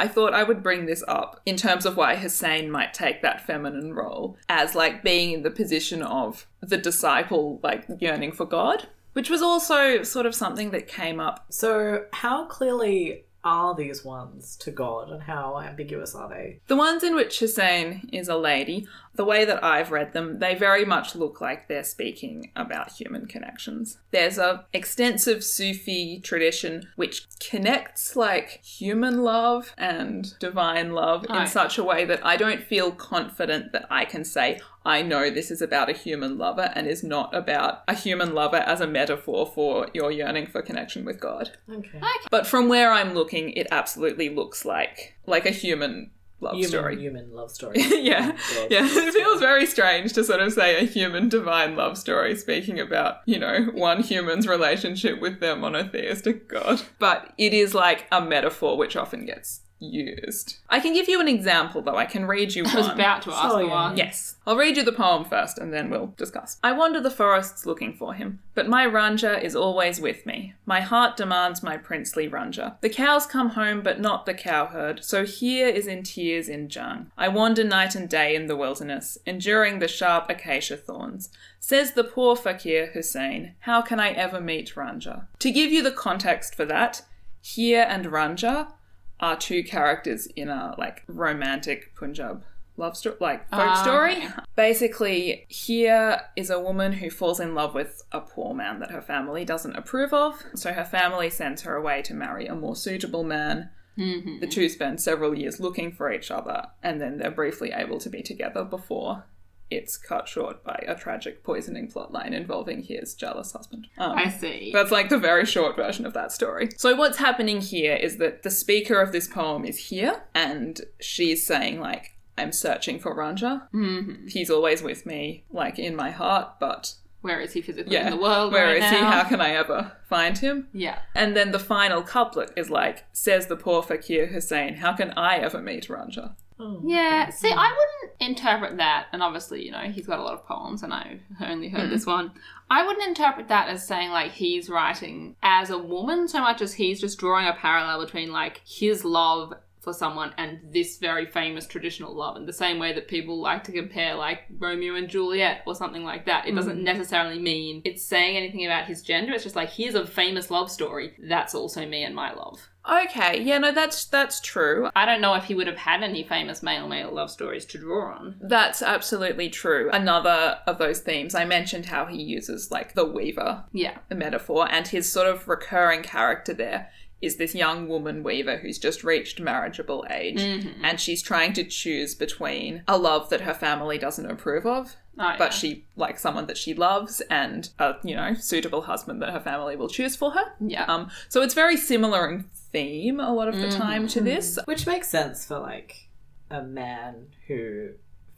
Speaker 1: I thought I would bring this up in terms of why Hussein might take that feminine role as like being in the position of the disciple, like yearning for God, which was also sort of something that came up.
Speaker 3: So, how clearly are these ones to God, and how ambiguous are they?
Speaker 1: The ones in which Hussein is a lady, the way that I've read them, they very much look like they're speaking about human connections. There's a extensive Sufi tradition which connects like human love and divine love in
Speaker 2: Right.
Speaker 1: such such a way that I don't feel confident that I can say, I know this is about a human lover and is not about a human lover as a metaphor for your yearning for connection with God.
Speaker 3: Okay,
Speaker 1: But from where I'm looking, it absolutely looks like like a human love
Speaker 3: human
Speaker 1: story.
Speaker 3: human love story. Oh,
Speaker 1: yeah.
Speaker 3: God.
Speaker 1: Yeah, it feels very strange to sort of say a human divine love story speaking about, you know, one human's relationship with their monotheistic god. But it is like a metaphor which often gets used. I can give you an example though. I can read you
Speaker 2: I was
Speaker 1: one.
Speaker 2: about to ask
Speaker 3: So,
Speaker 2: the
Speaker 3: yeah.
Speaker 2: one.
Speaker 1: Yes. I'll read you the poem first and then we'll discuss. I wander the forests looking for him, but my Ranja is always with me. My heart demands my princely Ranja. The cows come home, but not the cowherd, so here is in tears in Jung. I wander night and day in the wilderness, enduring the sharp acacia thorns. Says the poor fakir Hussein, How can I ever meet Ranja? To give you the context for that, here and Ranja are two characters in a like romantic Punjab love story, like folk
Speaker 2: Ah,
Speaker 1: story. Basically, here is a woman who falls in love with a poor man that her family doesn't approve of. So her family sends her away to marry a more suitable man.
Speaker 2: Mm-hmm.
Speaker 1: The two spend several years looking for each other, and then they're briefly able to be together before it's cut short by a tragic poisoning plotline involving his jealous husband. Um,
Speaker 2: I see.
Speaker 1: that's like the very short version of that story. So what's happening here is that the speaker of this poem is here and she's saying like I'm searching for Ranja. Mm-hmm. He's always with me, like in my heart, but
Speaker 2: Where is he physically
Speaker 1: yeah,
Speaker 2: in the world?
Speaker 1: where
Speaker 2: right
Speaker 1: is he?
Speaker 2: now?
Speaker 1: How can I ever find him?
Speaker 2: Yeah.
Speaker 1: And then the final couplet is like, says the poor fakir Hussein, how can I ever meet Ranja?
Speaker 3: Oh.
Speaker 2: Yeah, see, I wouldn't interpret that, and obviously, you know, he's got a lot of poems, and I've only heard this one. I wouldn't interpret that as saying, like, he's writing as a woman so much as he's just drawing a parallel between, like, his love for someone and this very famous traditional love, in the same way that people like to compare, like, Romeo and Juliet or something like that. It doesn't necessarily mean it's saying anything about his gender, it's just like, here's a famous love story, that's also me and my love.
Speaker 1: Okay, yeah, no, that's that's true.
Speaker 2: I don't know if he would have had any famous male male love stories to draw on.
Speaker 1: That's absolutely true. Another of those themes, I mentioned how he uses like the weaver
Speaker 2: Yeah.
Speaker 1: the metaphor, and his sort of recurring character there is this young woman weaver who's just reached marriageable age
Speaker 2: Mm. Mm-hmm.
Speaker 1: and she's trying to choose between a love that her family doesn't approve of
Speaker 2: Oh,
Speaker 1: but she like someone that she loves and a you know suitable husband that her family will choose for her
Speaker 2: Yeah.
Speaker 1: um so it's very similar in theme a lot of the time to this
Speaker 3: Which makes sense for like a man who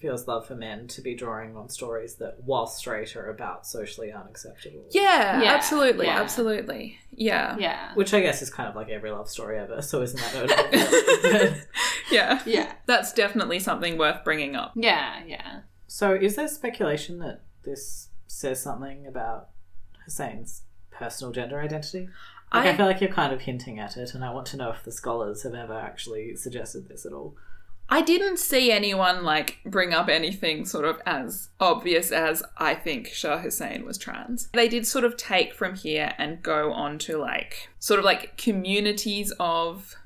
Speaker 3: feels love for men to be drawing on stories that, while straight, are about socially unacceptable.
Speaker 1: yeah,
Speaker 2: Yeah,
Speaker 1: absolutely
Speaker 2: yeah.
Speaker 1: absolutely yeah
Speaker 2: yeah.
Speaker 3: Which I guess is kind of like every love story ever, so isn't that notable?
Speaker 1: yeah
Speaker 2: Yeah.
Speaker 1: that's definitely something worth bringing up
Speaker 2: Yeah, yeah.
Speaker 3: so, is there speculation that this says something about Hussein's personal gender identity? Like, I,
Speaker 1: I-
Speaker 3: feel like you're kind of hinting at it, and I want to know if the scholars have ever actually suggested this at all.
Speaker 1: I didn't see anyone like bring up anything sort of as obvious as I think Shah Hussein was trans. They did sort of take from here and go on to like sort of like communities of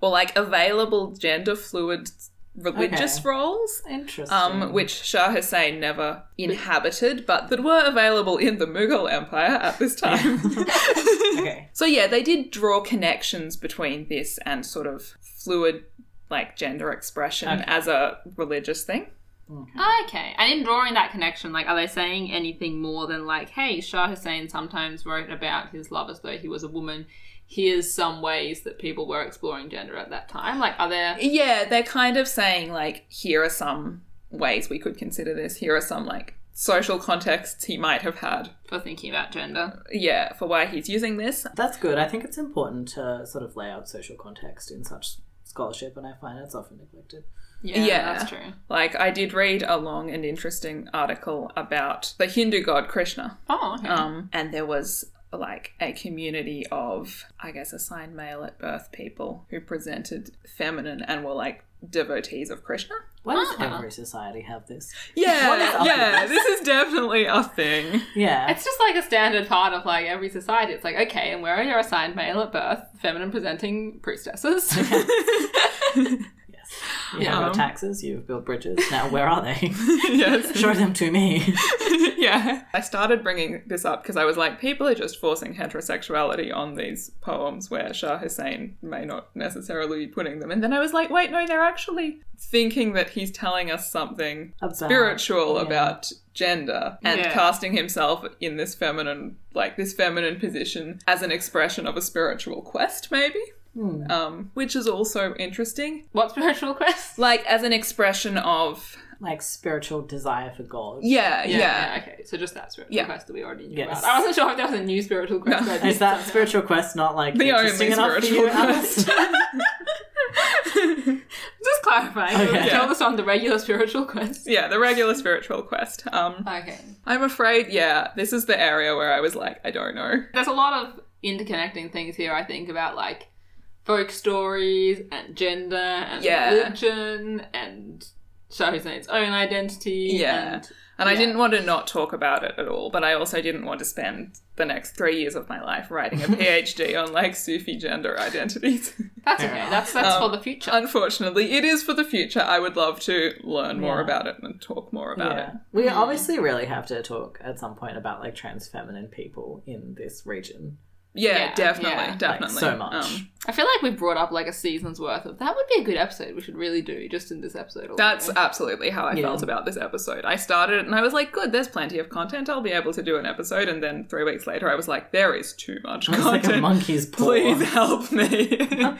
Speaker 1: or like available gender fluid religious
Speaker 3: Okay.
Speaker 1: roles.
Speaker 3: Interesting.
Speaker 1: Um, which Shah Hussein never inhabited, but that were available in the Mughal Empire at this time.
Speaker 3: okay.
Speaker 1: So yeah, they did draw connections between this and sort of fluid like gender expression as a religious thing.
Speaker 3: Okay.
Speaker 2: Oh, Okay. And in drawing that connection, like, are they saying anything more than, like, hey, Shah Hussein sometimes wrote about his love as though he was a woman. Here's some ways that people were exploring gender at that time. Like, are there.
Speaker 1: Yeah, they're kind of saying like, here are some ways we could consider this. Here are some like social contexts he might have had.
Speaker 2: for thinking about gender?
Speaker 1: Yeah, for why he's using this.
Speaker 3: That's good. I think it's important to sort of lay out social context in such scholarship, and I find it's often neglected.
Speaker 2: Yeah.
Speaker 1: Yeah.
Speaker 2: That's true.
Speaker 1: Like, I did read a long and interesting article about the Hindu god Krishna.
Speaker 2: Oh, okay.
Speaker 1: Um, and there was like a community of, I guess, assigned male at birth people who presented feminine and were like devotees of Krishna.
Speaker 3: Why does
Speaker 2: Ah.
Speaker 3: every society have this? What is
Speaker 1: Yeah,
Speaker 3: up
Speaker 1: yeah, this is definitely a thing.
Speaker 3: Yeah.
Speaker 2: It's just like a standard part of like every society. It's like, okay, and where are your assigned male at birth? Feminine presenting priestesses.
Speaker 3: yes. You have
Speaker 1: Um,
Speaker 3: your taxes, you've built bridges. Now, where are they?
Speaker 1: yes.
Speaker 3: Show them to me.
Speaker 1: yeah. I started bringing this up because I was like, people are just forcing heterosexuality on these poems where Shah Hussein may not necessarily be putting them. And then I was like, wait, no, they're actually thinking that he's telling us something
Speaker 3: About-
Speaker 1: spiritual
Speaker 3: yeah.
Speaker 1: about gender and
Speaker 2: Yeah.
Speaker 1: casting himself in this feminine, like this feminine position as an expression of a spiritual quest, maybe,
Speaker 3: Hmm.
Speaker 1: um, which is also interesting.
Speaker 2: what spiritual quest?
Speaker 1: Like as an expression of,
Speaker 3: Like spiritual desire for God.
Speaker 1: yeah, yeah.
Speaker 2: Okay, so just that spiritual
Speaker 1: Yeah.
Speaker 2: quest that we already knew
Speaker 3: Yes.
Speaker 2: about. I wasn't sure if there was a new spiritual quest.
Speaker 1: No.
Speaker 2: I
Speaker 3: Is
Speaker 2: just-
Speaker 3: that spiritual quest not like
Speaker 1: The only
Speaker 3: interesting enough for you,
Speaker 1: spiritual
Speaker 3: Alice?
Speaker 1: quest.
Speaker 2: just clarifying.
Speaker 3: Okay.
Speaker 2: Tell us on the regular spiritual quest.
Speaker 1: Yeah, the regular spiritual quest. Um,
Speaker 2: Okay.
Speaker 1: I'm afraid, yeah, this is the area where I was like, I don't know.
Speaker 2: There's a lot of interconnecting things here, I think, about like folk stories and gender and
Speaker 1: Yeah.
Speaker 2: religion and Shah Hussein's own identity.
Speaker 1: Yeah.
Speaker 2: And
Speaker 1: And I
Speaker 2: Yeah.
Speaker 1: didn't want to not talk about it at all, but I also didn't want to spend the next three years of my life writing a PhD on like Sufi gender identities.
Speaker 2: that's
Speaker 3: Fair
Speaker 2: okay.
Speaker 3: enough.
Speaker 2: That's that's
Speaker 1: Um,
Speaker 2: for the future.
Speaker 1: Unfortunately, it is for the future. I would love to learn more
Speaker 3: Yeah.
Speaker 1: about it and talk more about
Speaker 3: Yeah.
Speaker 1: it. Hmm.
Speaker 3: We obviously really have to talk at some point about like trans feminine people in this region.
Speaker 1: Yeah,
Speaker 2: Yeah,
Speaker 1: definitely,
Speaker 2: yeah. Like,
Speaker 1: definitely. Um,
Speaker 3: so much.
Speaker 2: I feel like we brought up like a season's worth of that would be a good episode we should really do just in this episode. alone.
Speaker 1: That's absolutely how I
Speaker 3: Yeah.
Speaker 1: felt about this episode. I started it and I was like, good, there's plenty of content. I'll be able to do an episode. And then three weeks later, I was like, there is too much
Speaker 3: It's like a
Speaker 1: content.
Speaker 3: monkey's paw.
Speaker 1: Please help me. yeah,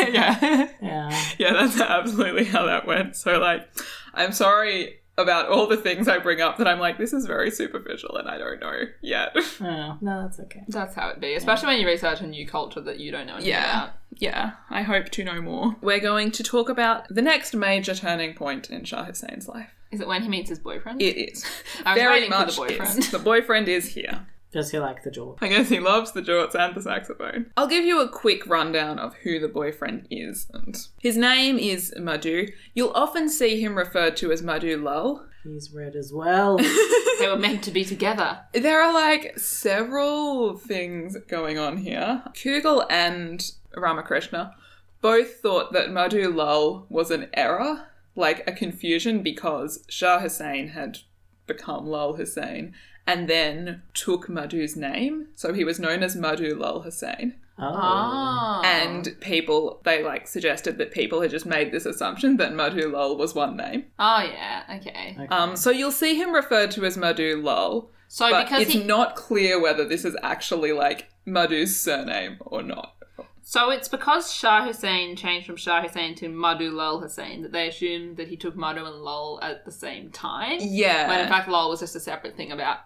Speaker 1: yeah.
Speaker 3: Yeah.
Speaker 1: Yeah, that's absolutely how that went. So, like, I'm sorry about all the things I bring up that I'm like, this is very superficial and I don't know yet.
Speaker 3: Oh, no, that's okay.
Speaker 2: that's how it'd be, especially when you research a new culture that you don't know anything
Speaker 1: Yeah.
Speaker 2: about.
Speaker 1: Yeah, I hope to know more. We're going to talk about the next major turning point in Shah Hussein's life.
Speaker 2: Is it when he meets his boyfriend?
Speaker 1: It is.
Speaker 2: I was
Speaker 1: Very
Speaker 2: waiting for
Speaker 1: much
Speaker 2: the boyfriend.
Speaker 1: is. The boyfriend is here.
Speaker 3: Does he like the jaw?
Speaker 1: I guess he loves the jorts and the saxophone. I'll give you a quick rundown of who the boyfriend is. And his name is Madhu. You'll often see him referred to as Madhu Lul.
Speaker 3: He's red as well. Oh.
Speaker 2: they were meant to be together.
Speaker 1: There are like several things going on here. Kugel and Ramakrishna both thought that Madhu Lal was an error, like a confusion, because Shah Hussain had become Lal Hussain and then took Madhu's name. So he was known as Madhu Lal Hussain.
Speaker 3: Oh.
Speaker 1: Ah.
Speaker 2: Ah.
Speaker 1: And people, they like suggested that people had just made this assumption that Madhu Lal was one name.
Speaker 2: Oh yeah, okay.
Speaker 3: Okay.
Speaker 1: Um, so you'll see him referred to as Madhu Lal
Speaker 2: So
Speaker 1: but
Speaker 2: Oh, because
Speaker 1: it's
Speaker 2: he
Speaker 1: not clear whether this is actually like Madhu's surname or not.
Speaker 2: So it's because Shah Hussein changed from Shah Hussein to Madhu Lal Hussein that they assumed that he took Madhu and Lal at the same time.
Speaker 1: Yeah.
Speaker 2: When in fact Lal was just a separate thing about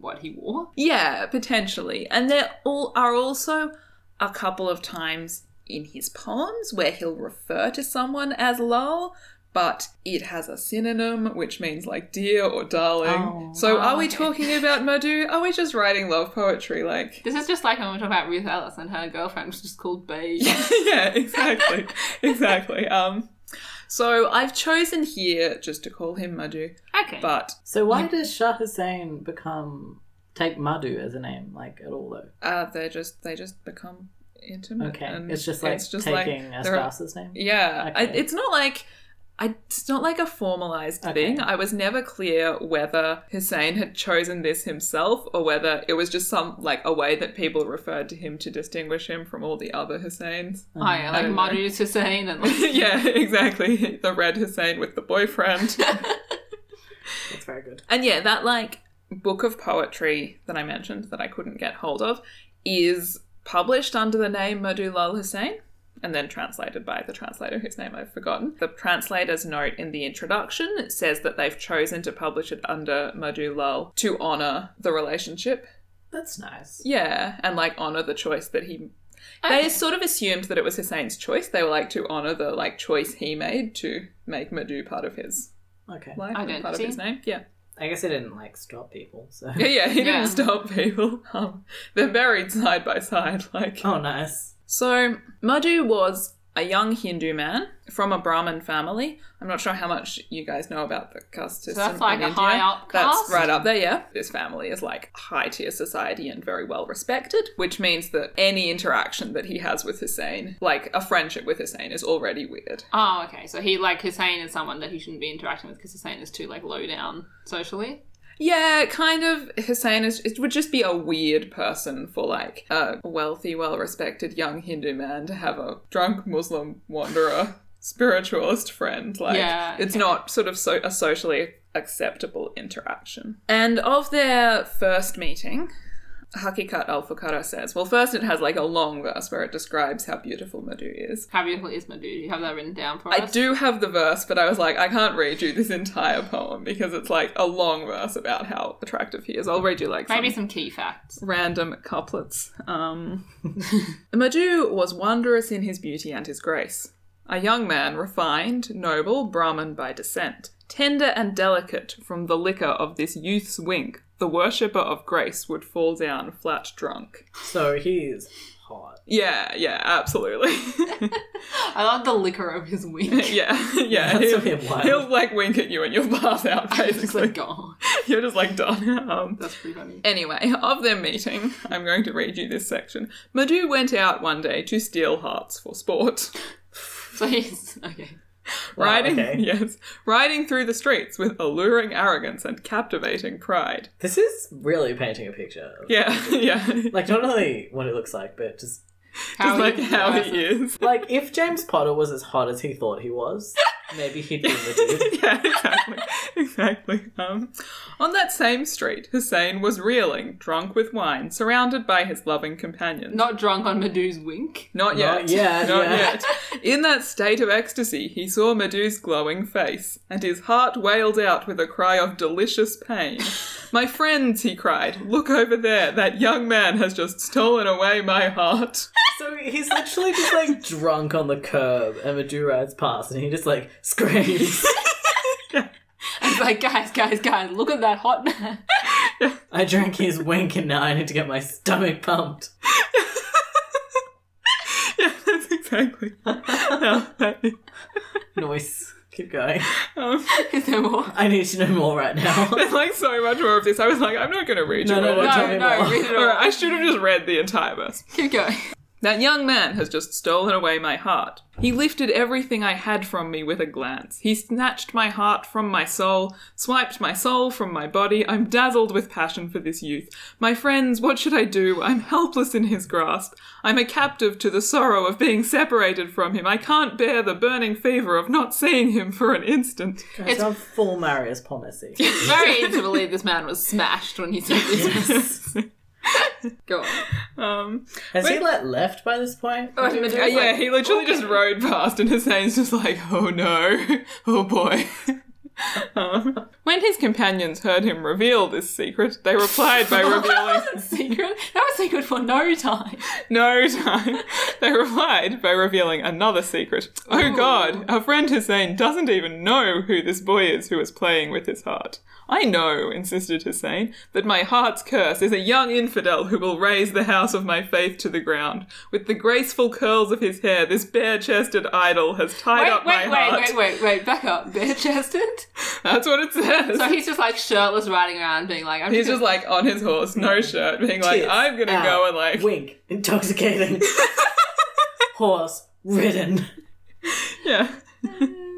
Speaker 2: what he wore.
Speaker 1: yeah, potentially. And there all are also a couple of times in his poems where he'll refer to someone as lol, but it has a synonym which means like dear or darling.
Speaker 3: Oh.
Speaker 1: so
Speaker 2: Oh,
Speaker 1: are we
Speaker 2: okay.
Speaker 1: talking about Madhu? Are we just writing love poetry like
Speaker 2: This is just like when we talk about Ruth Ellis and her girlfriend was just called Bae.
Speaker 1: yeah, exactly. exactly. Um so I've chosen here just to call him Madhu,
Speaker 2: okay.
Speaker 1: but
Speaker 3: So why does Shah Hussein become take Madhu as a name, like at all though?
Speaker 1: Uh, they just they just become intimate.
Speaker 3: Okay,
Speaker 1: Mm, and
Speaker 3: it's just like taking a
Speaker 1: they're-
Speaker 3: spouse's name.
Speaker 1: yeah, I,
Speaker 3: Okay.
Speaker 1: it's not like. I, it's not like a formalized
Speaker 3: Okay.
Speaker 1: thing. I was never clear whether Hussein had chosen this himself or whether it was just some like a way that people referred to him to distinguish him from all the other Husseins.
Speaker 2: oh yeah,
Speaker 3: Mm.
Speaker 2: like
Speaker 1: don't know.
Speaker 2: Madhu Hussein and like
Speaker 1: yeah, exactly. The red Hussein with the boyfriend.
Speaker 3: It's very good.
Speaker 1: And yeah, that like book of poetry that I mentioned that I couldn't get hold of is published under the name Madhu Lal Hussain and then translated by the translator whose name I've forgotten. The translator's note in the introduction says that they've chosen to publish it under Madhu Lal to honour the relationship.
Speaker 3: That's nice.
Speaker 1: Yeah, and like honour the choice that he
Speaker 2: Okay.
Speaker 1: they sort of assumed that it was Hussein's choice. They were like to honour the like choice he made to make Madhu part of his
Speaker 3: Okay.
Speaker 1: life and part of
Speaker 2: Identity.
Speaker 1: his name. Yeah.
Speaker 3: I guess it didn't like stop people. So.
Speaker 1: Yeah, yeah, he
Speaker 2: Yeah.
Speaker 1: didn't stop people. Um, they're buried side by side, like.
Speaker 3: Oh, nice.
Speaker 1: So Madhu was a young Hindu man from a Brahmin family. I'm not sure how much you guys know about the caste
Speaker 2: So
Speaker 1: system.
Speaker 2: that's like
Speaker 1: in
Speaker 2: a
Speaker 1: India.
Speaker 2: high up
Speaker 1: That's
Speaker 2: caste?
Speaker 1: right up there, yeah. This family is like high tier society and very well respected, which means that any interaction that he has with Hussein, like a friendship with Hussein, is already weird.
Speaker 2: Oh, okay. So he like Hussein is someone that he shouldn't be interacting with because Hussein is too like low down socially.
Speaker 1: Yeah, kind of. Hussein is, it would just be a weird person for like a wealthy, well respected young Hindu man to have a drunk Muslim wanderer spiritualist friend. Like,
Speaker 2: Yeah,
Speaker 1: it's
Speaker 2: okay.
Speaker 1: not sort of so, a socially acceptable interaction. And of their first meeting, Hakikat al Fukara says, well, first it has like a long verse where it describes how beautiful Madhu is.
Speaker 2: How beautiful is Madhu? Do you have that written down for
Speaker 1: I
Speaker 2: us?
Speaker 1: do have the verse, but I was like, I can't read you this entire poem because it's like a long verse about how attractive he is. I'll read you like
Speaker 2: Maybe
Speaker 1: some
Speaker 2: some key facts.
Speaker 1: random couplets. Um, Madhu was wondrous in his beauty and his grace. A young man, refined, noble, Brahmin by descent, tender and delicate from the liquor of this youth's wink, the worshipper of grace would fall down flat drunk.
Speaker 3: So he's hot.
Speaker 1: Yeah, yeah, absolutely.
Speaker 2: I love the liquor of his wink.
Speaker 1: yeah, yeah.
Speaker 3: That's a
Speaker 1: he'll,
Speaker 3: bit wild.
Speaker 1: he'll like wink at you and you'll pass out. Basically.
Speaker 2: It's like God.
Speaker 1: You're just like done. Um,
Speaker 2: That's pretty funny.
Speaker 1: anyway, of their meeting, I'm going to read you this section. Madhu went out one day to steal hearts for sport,
Speaker 2: So he's okay.
Speaker 3: Wow,
Speaker 1: riding
Speaker 3: okay.
Speaker 1: yes, riding through the streets with alluring arrogance and captivating pride.
Speaker 3: This is really painting a picture. Of,
Speaker 1: Yeah, yeah, just
Speaker 3: Like not only what it looks like, but just
Speaker 2: How
Speaker 1: like
Speaker 2: he-
Speaker 1: how he is.
Speaker 3: like if James Potter was as hot as he thought he was, maybe he'd be the dude.
Speaker 1: yeah, exactly, exactly. Um, on that same street, Hussein was reeling, drunk with wine, surrounded by his loving companions.
Speaker 2: Not drunk on Madhu's wink.
Speaker 1: Not yet.
Speaker 3: Not yet,
Speaker 1: Not
Speaker 3: yeah.
Speaker 1: yet. In that state of ecstasy, he saw Madhu's glowing face, and his heart wailed out with a cry of delicious pain. my friends, he cried, look over there. That young man has just stolen away my heart.
Speaker 3: So he's literally just like drunk on the curb, and Madhu rides past, and he just like screams.
Speaker 2: It's like, guys, guys, guys, look at that hot man.
Speaker 3: I drank his wink, and now I need to get my stomach pumped.
Speaker 1: yeah, that's exactly. how that is.
Speaker 3: Noise. Keep going.
Speaker 1: Um,
Speaker 2: Is there more?
Speaker 3: I need to know more right now.
Speaker 1: there's like so much more of this. I was like, I'm not going to read
Speaker 3: No,
Speaker 1: you
Speaker 3: no,
Speaker 1: all
Speaker 3: no,
Speaker 1: of
Speaker 3: tell
Speaker 1: it.
Speaker 3: me
Speaker 2: No, no,
Speaker 3: more.
Speaker 2: read it
Speaker 1: All
Speaker 2: all.
Speaker 1: right, I should have just read the entire verse.
Speaker 2: Keep going.
Speaker 1: That young man has just stolen away my heart. He lifted everything I had from me with a glance. He snatched my heart from my soul, swiped my soul from my body. I'm dazzled with passion for this youth. My friends, what should I do? I'm helpless in his grasp. I'm a captive to the sorrow of being separated from him. I can't bear the burning fever of not seeing him for an instant.
Speaker 3: It's not full Marius Pomesy.
Speaker 2: Very easy to believe this man was smashed when he said this. Go on.
Speaker 1: Um,
Speaker 3: Has he like left by this point?
Speaker 2: Oh, Madhu's
Speaker 1: yeah,
Speaker 2: like,
Speaker 1: he literally just rode past, and Hussein's just like, oh no, oh boy. Um, when his companions heard him reveal this secret, they replied by revealing
Speaker 2: secret? That was secret for no time.
Speaker 1: no time. They replied by revealing another secret. Oh
Speaker 2: Ooh.
Speaker 1: God, our friend Hussein doesn't even know who this boy is who is playing with his heart. I know, insisted Hussein, that my heart's curse is a young infidel who will raise the house of my faith to the ground. With the graceful curls of his hair, this bare-chested idol has tied
Speaker 2: Wait,
Speaker 1: up my
Speaker 2: wait,
Speaker 1: heart.
Speaker 2: wait, wait, wait, wait, back up. Bare chested?
Speaker 1: That's what it says.
Speaker 2: So he's just like shirtless riding around being like, I'm
Speaker 1: He's just like on his horse, no shirt, being like,
Speaker 3: Tits
Speaker 1: "I'm gonna
Speaker 3: out.
Speaker 1: go and like."
Speaker 3: wink intoxicating horse ridden.
Speaker 1: Yeah.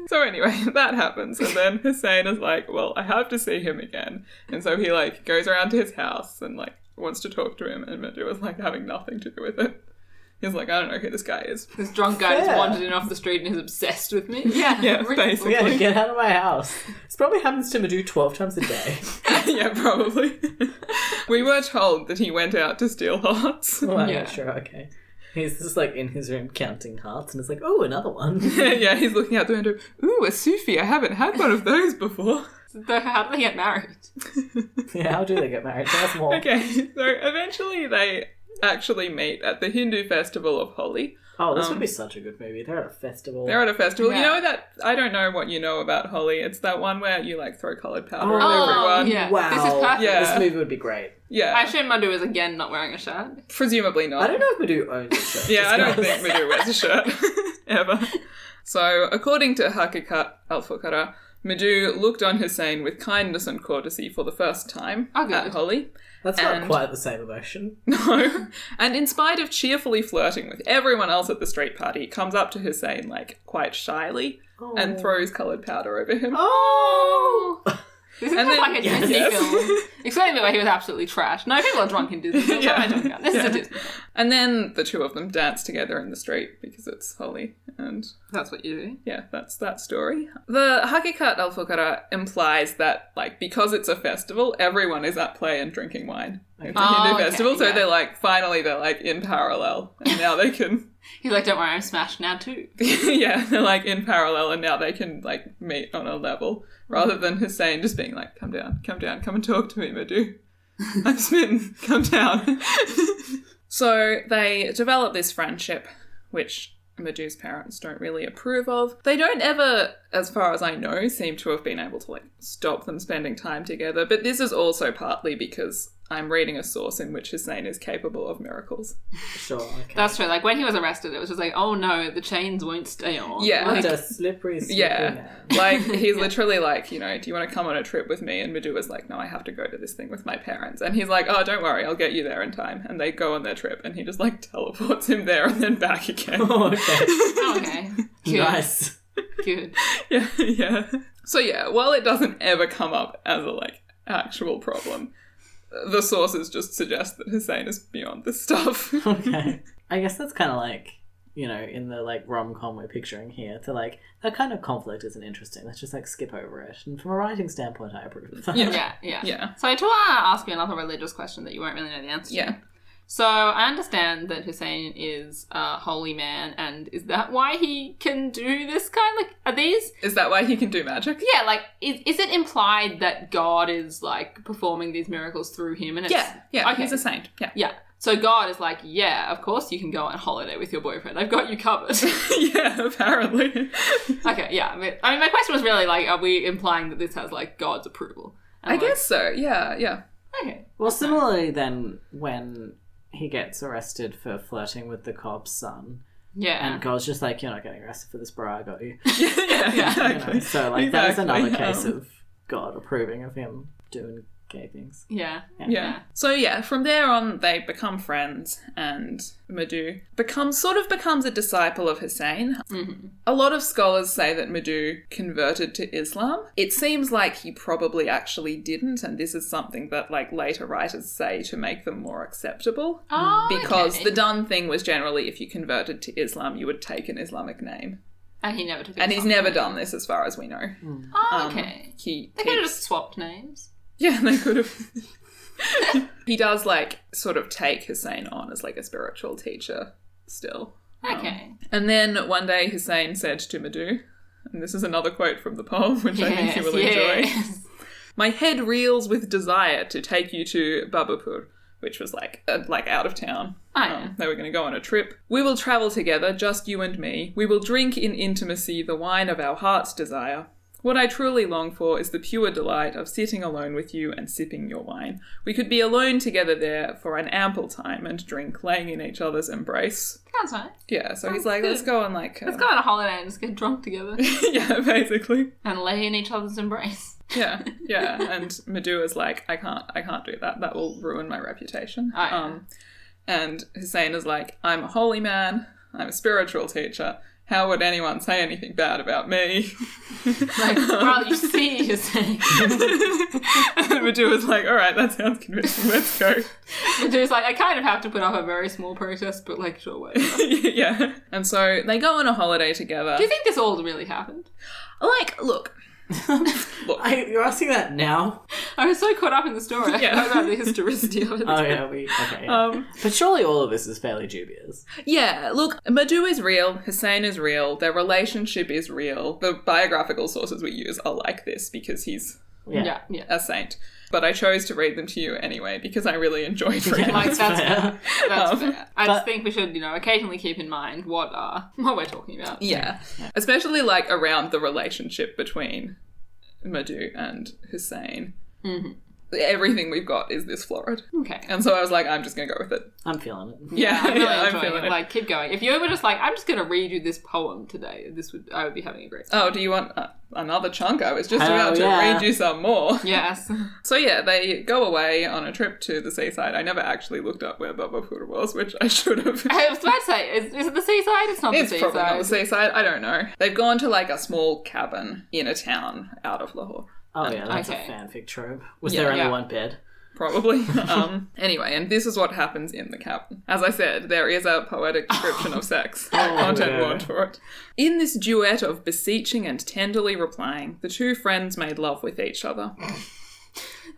Speaker 1: so anyway, that happens, and then Hussein is like, "Well, I have to see him again," and so he like goes around to his house and like wants to talk to him, and Madhu is like having nothing to do with it. He's like, I don't know who this guy is.
Speaker 2: This drunk guy just
Speaker 3: Fair.
Speaker 2: wandered in off the street and is obsessed with me.
Speaker 1: Yeah,
Speaker 2: Really?
Speaker 1: basically.
Speaker 3: Yeah, get out of my house. This probably happens to Madhu 12 times a day.
Speaker 1: yeah, probably. we were told that he went out to steal hearts.
Speaker 3: Wow,
Speaker 2: Yeah.
Speaker 3: sure, okay. He's just like in his room counting hearts and it's like, oh, another one.
Speaker 1: yeah, he's looking out the window. Ooh, a Sufi. I haven't had one of those before.
Speaker 2: So how do they get married?
Speaker 3: yeah, how do they get married? Tell us more.
Speaker 1: Okay, so eventually they actually meet at the Hindu festival of Holi.
Speaker 3: Oh, this would
Speaker 1: Um,
Speaker 3: be such a good movie. They're at a festival.
Speaker 1: They're at a festival. You
Speaker 2: Yeah.
Speaker 1: know that I don't know what you know about Holi. It's that one where you like throw coloured powder on
Speaker 2: Oh,
Speaker 1: everyone.
Speaker 2: yeah.
Speaker 3: Wow.
Speaker 2: This is perfect.
Speaker 1: Yeah.
Speaker 3: This movie would be great.
Speaker 1: Yeah,
Speaker 2: I assume Madhu is again not wearing a shirt.
Speaker 1: presumably not.
Speaker 3: I don't know if Madhu owns it. so
Speaker 1: Yeah, I don't
Speaker 3: just-
Speaker 1: think Madhu wears a shirt ever. So, according to Hakikat al Fukara, Madhu looked on Hussein with kindness and courtesy for the first time
Speaker 2: Oh, good.
Speaker 1: at Holi.
Speaker 3: That's not
Speaker 1: And-
Speaker 3: quite the same emotion.
Speaker 1: No. And in spite of cheerfully flirting with everyone else at the street party, comes up to Hussein, like, quite shyly and throws coloured powder over him.
Speaker 2: Oh! This is
Speaker 1: And
Speaker 2: just
Speaker 1: then-
Speaker 2: like a
Speaker 1: yes.
Speaker 2: Disney film. Explaining the way he was absolutely trash. No, people are drunk in Disney films. What am I
Speaker 1: Yeah.
Speaker 2: talking about? This is
Speaker 1: Yeah.
Speaker 2: a Disney film.
Speaker 1: And then the two of them dance together in the street because it's Holi and
Speaker 2: That's what you do.
Speaker 1: yeah, that's that story. The Hakikat al Fukara implies that, like, because it's a festival, everyone is at play and drinking wine. It's a
Speaker 2: Oh,
Speaker 1: Hindu
Speaker 2: okay,
Speaker 1: festival, so
Speaker 2: yeah.
Speaker 1: they're like, finally, they're like in parallel, and now they can,
Speaker 2: He's like, don't worry, I'm smashed now too.
Speaker 1: yeah, they're like in parallel, and now they can, like, meet on a level rather than Hussein just being like, come down, come down, come and talk to me, Madhu. I'm smitten, come down. so they develop this friendship, which Madhu's parents don't really approve of. They don't ever, as far as I know, seem to have been able to like stop them spending time together. But this is also partly because I'm reading a source in which Hussein is capable of miracles.
Speaker 3: Sure, okay.
Speaker 2: That's true. Like when he was arrested, it was just like, oh no, the chains won't stay on.
Speaker 1: Yeah.
Speaker 2: Like,
Speaker 3: What a slippery, slippery
Speaker 1: Yeah.
Speaker 3: man.
Speaker 1: Like he's literally like, you know, do you want to come on a trip with me? And Madhu was like, no, I have to go to this thing with my parents. And he's like, oh, don't worry, I'll get you there in time. And they go on their trip, and he just like teleports him there and then back again.
Speaker 3: Oh, okay.
Speaker 2: oh, okay. Good.
Speaker 3: nice.
Speaker 2: Good.
Speaker 1: yeah, yeah. So yeah, while it doesn't ever come up as a like actual problem, the sources just suggest that Hussein is beyond this stuff.
Speaker 3: Okay. I guess that's kind of like, you know, in the like rom com we're picturing here, to like, that kind of conflict isn't interesting. Let's just like skip over it. And from a writing standpoint, I approve of that.
Speaker 1: Yeah.
Speaker 2: Yeah, yeah.
Speaker 1: yeah.
Speaker 2: So I do want to ask you another religious question that you won't really know the answer to.
Speaker 1: Yeah.
Speaker 2: So I understand that Hussein is a holy man, and is that why he can do this kind? Like, are these?
Speaker 1: Is that why he can do magic?
Speaker 2: Yeah, like, is, is it implied that God is like performing these miracles through him? And it's,
Speaker 1: Yeah, yeah.
Speaker 2: Okay.
Speaker 1: He's a saint. Yeah.
Speaker 2: yeah. So God is like, yeah, of course you can go on holiday with your boyfriend. I've got you covered.
Speaker 1: yeah, apparently.
Speaker 2: okay, yeah. I mean, I mean, my question was really like, are we implying that this has like God's approval? And,
Speaker 1: I
Speaker 2: like,
Speaker 1: guess so. Yeah, yeah.
Speaker 2: Okay.
Speaker 3: Well, similarly, then, when he gets arrested for flirting with the cop's son,
Speaker 2: Yeah.
Speaker 3: and God's just like, you're not getting arrested for this bra, I got you.
Speaker 1: yeah,
Speaker 2: Yeah.
Speaker 3: You know,
Speaker 1: exactly.
Speaker 3: so, like, that is
Speaker 1: Exactly,
Speaker 3: another case
Speaker 1: um,
Speaker 3: of God approving of him doing gay things.
Speaker 2: yeah.
Speaker 1: Yeah. So yeah, from there on they become friends and Madhu becomes sort of becomes a disciple of Hussein.
Speaker 2: Mhm.
Speaker 1: A lot of scholars say that Madhu converted to Islam. It seems like he probably actually didn't and this is something that like later writers say to make them more acceptable
Speaker 2: Oh,
Speaker 1: because
Speaker 2: okay.
Speaker 1: the done thing was generally if you converted to Islam you would take an Islamic name.
Speaker 2: and he never took.
Speaker 1: And
Speaker 2: his
Speaker 1: he's
Speaker 2: off.
Speaker 1: never done this as far as we know.
Speaker 3: Hmm.
Speaker 2: Oh,
Speaker 1: Um,
Speaker 2: okay.
Speaker 1: He
Speaker 2: They could have
Speaker 1: keeps-
Speaker 2: just swapped names.
Speaker 1: Yeah, they could have. he does like sort of take Hussein on as like a spiritual teacher still. Um,
Speaker 2: Okay.
Speaker 1: And then one day Hussein said to Madhu, and this is another quote from the poem, which I think you will enjoy. My head reels with desire to take you to Babapur, which was like uh, like out of town.
Speaker 2: Oh, yeah.
Speaker 1: Um, they were going to go on a trip. We will travel together, just you and me. We will drink in intimacy the wine of our heart's desire. What I truly long for is the pure delight of sitting alone with you and sipping your wine. We could be alone together there for an ample time and drink, laying in each other's embrace.
Speaker 2: Sounds nice.
Speaker 1: Yeah, so he's
Speaker 2: Sounds
Speaker 1: like,
Speaker 2: good.
Speaker 1: let's go on like. uh,
Speaker 2: Let's go on a holiday and just get drunk together
Speaker 1: yeah, basically.
Speaker 2: and lay in each other's embrace.
Speaker 1: Yeah, yeah. And Madhu is like, I can't, I can't do that. That will ruin my reputation.
Speaker 2: Oh, yeah.
Speaker 1: Um, and Hussein is like, I'm a holy man. I'm a spiritual teacher. how would anyone say anything bad about me? Um,
Speaker 2: Like, well, you see, you're saying.
Speaker 1: Madhu was like, all right, that sounds convincing. Let's go.
Speaker 2: Medu's like, I kind of have to put up a very small protest, but like, sure, whatever. Do
Speaker 1: yeah. And so they go on a holiday together.
Speaker 2: you think this all really happened?
Speaker 1: Like, look, look.
Speaker 3: I, you're asking that now?
Speaker 2: I was so caught up in the story, I
Speaker 1: Yeah.
Speaker 2: forgot about the historicity of it.
Speaker 3: Oh yeah, we okay. yeah.
Speaker 1: um,
Speaker 3: but surely all of this is fairly dubious.
Speaker 1: yeah, look, Madhu is real, Hussein is real, their relationship is real. The biographical sources we use are like this because he's
Speaker 3: Yeah.
Speaker 2: yeah. yeah.
Speaker 1: a saint. But I chose to read them to you anyway because I really enjoyed reading
Speaker 2: Like,
Speaker 1: them.
Speaker 2: that's
Speaker 3: fair.
Speaker 2: That's
Speaker 1: Um,
Speaker 2: fair. I
Speaker 3: but-
Speaker 2: just think we should, you know, occasionally keep in mind what uh, what we're talking about.
Speaker 1: Yeah. Especially like around the relationship between Madhu and Hussein.
Speaker 2: Mm-hmm.
Speaker 1: Everything we've got is this florid.
Speaker 2: Okay.
Speaker 1: And so I was like, I'm just going to go with it.
Speaker 3: I'm feeling it.
Speaker 1: Yeah,
Speaker 2: I'm really
Speaker 1: yeah, I'm
Speaker 2: enjoying
Speaker 1: feeling
Speaker 2: it.
Speaker 1: it.
Speaker 2: Like, keep going. If you were just like, I'm just going to read you this poem today, this would I would be having a great time.
Speaker 1: Oh, do you want uh, another chunk? I was just
Speaker 3: Oh,
Speaker 1: about to
Speaker 3: yeah.
Speaker 1: read you some more.
Speaker 2: Yes.
Speaker 1: So yeah, they go away on a trip to the seaside. I never actually looked up where Baba Fura was, which I should have.
Speaker 2: I was about to say, is, is it the seaside? It's not
Speaker 1: It's
Speaker 2: the
Speaker 1: probably not the
Speaker 2: seaside.
Speaker 1: seaside. I don't know. They've gone to like a small cabin in a town out of Lahore.
Speaker 3: Oh yeah, that's
Speaker 2: Okay.
Speaker 3: a fanfic trope. Was
Speaker 1: Yeah.
Speaker 3: there only
Speaker 2: Yeah.
Speaker 3: one bed?
Speaker 1: probably. Um, anyway, and this is what happens in the cabin. As I said, there is a poetic description of sex. Content
Speaker 3: yeah.
Speaker 1: warned for it. In this duet of beseeching and tenderly replying, the two friends made love with each other.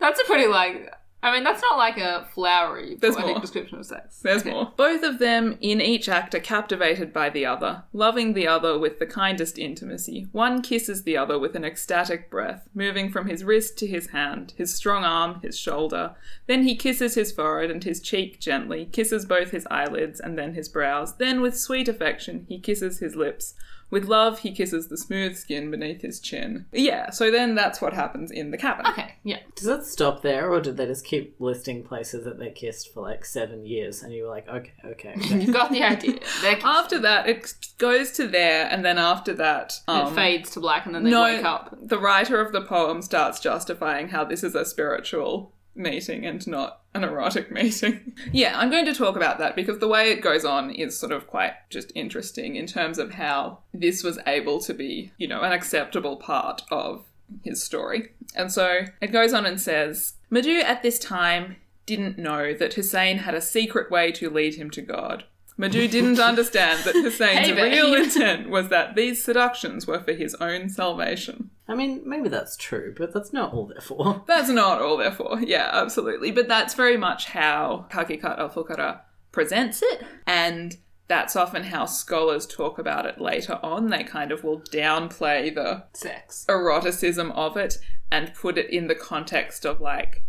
Speaker 2: That's a pretty, like, I mean, that's not like a flowery
Speaker 1: There's
Speaker 2: poetic
Speaker 1: more.
Speaker 2: description of sex.
Speaker 1: There's more. Both of them, in each act, are captivated by the other, loving the other with the kindest intimacy. One kisses the other with an ecstatic breath, moving from his wrist to his hand, his strong arm, his shoulder. Then he kisses his forehead and his cheek gently, kisses both his eyelids and then his brows. Then, with sweet affection, he kisses his lips. With love, he kisses the smooth skin beneath his chin. Yeah, so then that's what happens in the cabin.
Speaker 2: Okay, yeah.
Speaker 3: Does it stop there, or did they just keep listing places that they kissed for like seven years, and you were like, okay, okay, okay.
Speaker 2: You've got the idea. They're-
Speaker 1: After that, it goes to there, and then after that, um,
Speaker 2: it fades to black and then they
Speaker 1: no.
Speaker 2: wake up.
Speaker 1: the writer of the poem starts justifying how this is a spiritual meeting and not an erotic meeting. yeah, I'm going to talk about that because the way it goes on is sort of quite just interesting in terms of how this was able to be, you know, an acceptable part of his story. And so it goes on and says, Madhu at this time didn't know that Hussein had a secret way to lead him to God. Madhu didn't understand that Hussein's
Speaker 2: Hey, babe.
Speaker 1: real intent was that these seductions were for his own salvation.
Speaker 3: I mean, maybe that's true, but that's not all they're for.
Speaker 1: That's not all, therefore. Yeah, absolutely. But that's very much how Kakikat al Fukara presents it. And that's often how scholars talk about it later on. They kind of will downplay the
Speaker 2: Sex.
Speaker 1: eroticism of it and put it in the context of like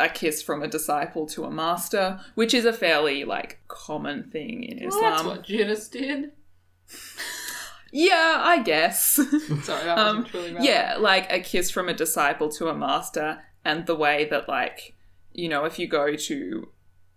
Speaker 1: a kiss from a disciple to a master, which is a fairly like common thing in
Speaker 2: Well,
Speaker 1: Islam.
Speaker 2: that's what Judas did.
Speaker 1: Yeah, I guess.
Speaker 2: Sorry, that
Speaker 1: Um,
Speaker 2: wasn't truly relevant.
Speaker 1: yeah, like a kiss from a disciple to a master, and the way that, like, you know, if you go to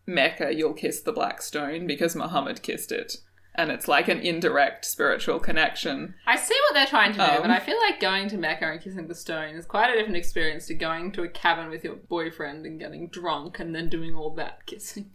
Speaker 1: Mecca, you'll kiss the black stone because Muhammad kissed it. And it's like an indirect spiritual connection.
Speaker 2: I see what they're trying to do,
Speaker 1: Um.
Speaker 2: but I feel like going to Mecca and kissing the stone is quite a different experience to going to a cabin with your boyfriend and getting drunk and then doing all that kissing.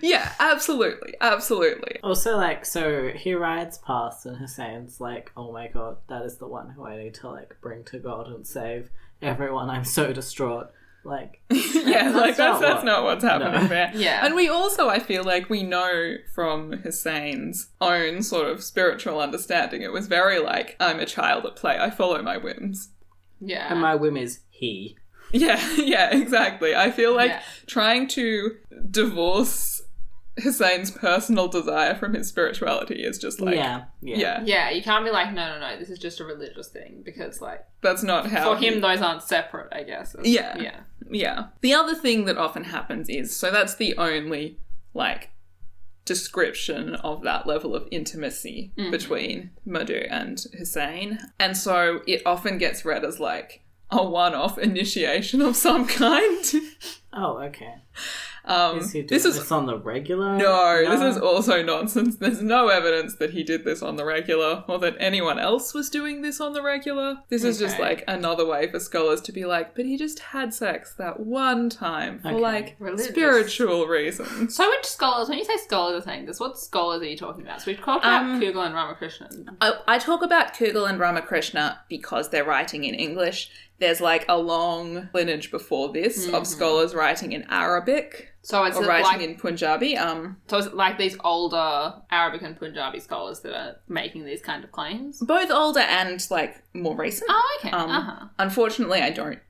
Speaker 1: Yeah, absolutely, absolutely.
Speaker 3: Also, like, so he rides past, and Hussein's like, oh my god, that is the one who I need to like bring to God and save everyone. I'm so distraught. Like,
Speaker 1: yeah, like that's
Speaker 3: not
Speaker 1: that's
Speaker 3: what-
Speaker 1: not what's happening
Speaker 3: No.
Speaker 1: there.
Speaker 2: Yeah.
Speaker 1: and we also I feel like we know from Hussein's own sort of spiritual understanding. It was very like I'm a child at play. I follow my whims.
Speaker 2: Yeah.
Speaker 3: and my whim is he.
Speaker 1: Yeah, yeah, exactly. I feel like
Speaker 2: Yeah.
Speaker 1: trying to divorce Hussein's personal desire from his spirituality is just like
Speaker 3: yeah, yeah,
Speaker 1: Yeah,
Speaker 2: yeah, you can't be like, no, no, no, this is just a religious thing because, like,
Speaker 1: that's not how
Speaker 2: for him,
Speaker 1: he-
Speaker 2: those aren't separate, I guess. It's-
Speaker 1: Yeah.
Speaker 2: Yeah.
Speaker 1: Yeah. The other thing that often happens is so that's the only like description of that level of intimacy
Speaker 2: Mm.
Speaker 1: between Madhu and Hussein. And so it often gets read as like a one-off initiation of some kind.
Speaker 3: Oh, okay.
Speaker 1: Um,
Speaker 3: Is he doing
Speaker 1: this
Speaker 3: this,
Speaker 1: is
Speaker 3: on the regular?
Speaker 1: no, this is also nonsense. There's no evidence that he did this on the regular or that anyone else was doing this on the regular. This is just
Speaker 2: Okay.
Speaker 1: like another way for scholars to be like, but he just had sex that one time for
Speaker 3: Okay.
Speaker 1: like
Speaker 2: Religious.
Speaker 1: spiritual reasons.
Speaker 2: So which scholars, when you say scholars are saying this, what scholars are you talking about? So we've talked about
Speaker 1: Um,
Speaker 2: Kugel and Ramakrishnan.
Speaker 1: I, I talk about Kugel and Ramakrishna because they're writing in English. There's like a long lineage before this of scholars writing in Arabic
Speaker 2: So it's
Speaker 1: or
Speaker 2: like,
Speaker 1: writing in Punjabi. Um,
Speaker 2: so it's like these older Arabic and Punjabi scholars that are making these kind of claims.
Speaker 1: both older and like more recent.
Speaker 2: Oh, okay.
Speaker 1: Um,
Speaker 2: uh-huh.
Speaker 1: Unfortunately, I don't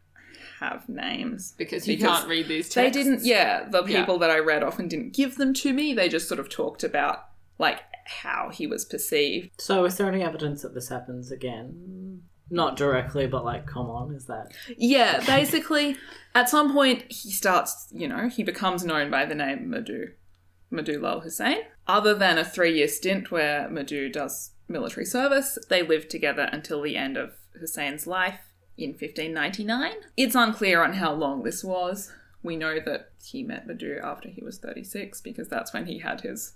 Speaker 1: have names.
Speaker 2: Because you
Speaker 1: because
Speaker 2: can't read these texts.
Speaker 1: They didn't, yeah, the
Speaker 2: Yeah.
Speaker 1: people that I read often didn't give them to me. They just sort of talked about like how he was perceived.
Speaker 3: So is there any evidence that this happens again? Not directly, but like, come on, is that?
Speaker 1: Yeah, basically, at some point, he starts, you know, he becomes known by the name Madhu, Madhu Lal Hussein. Other than a three year stint where Madhu does military service, they lived together until the end of Hussein's life in 1599. It's unclear on how long this was. We know that he met Madhu after he was 36 because that's when he had his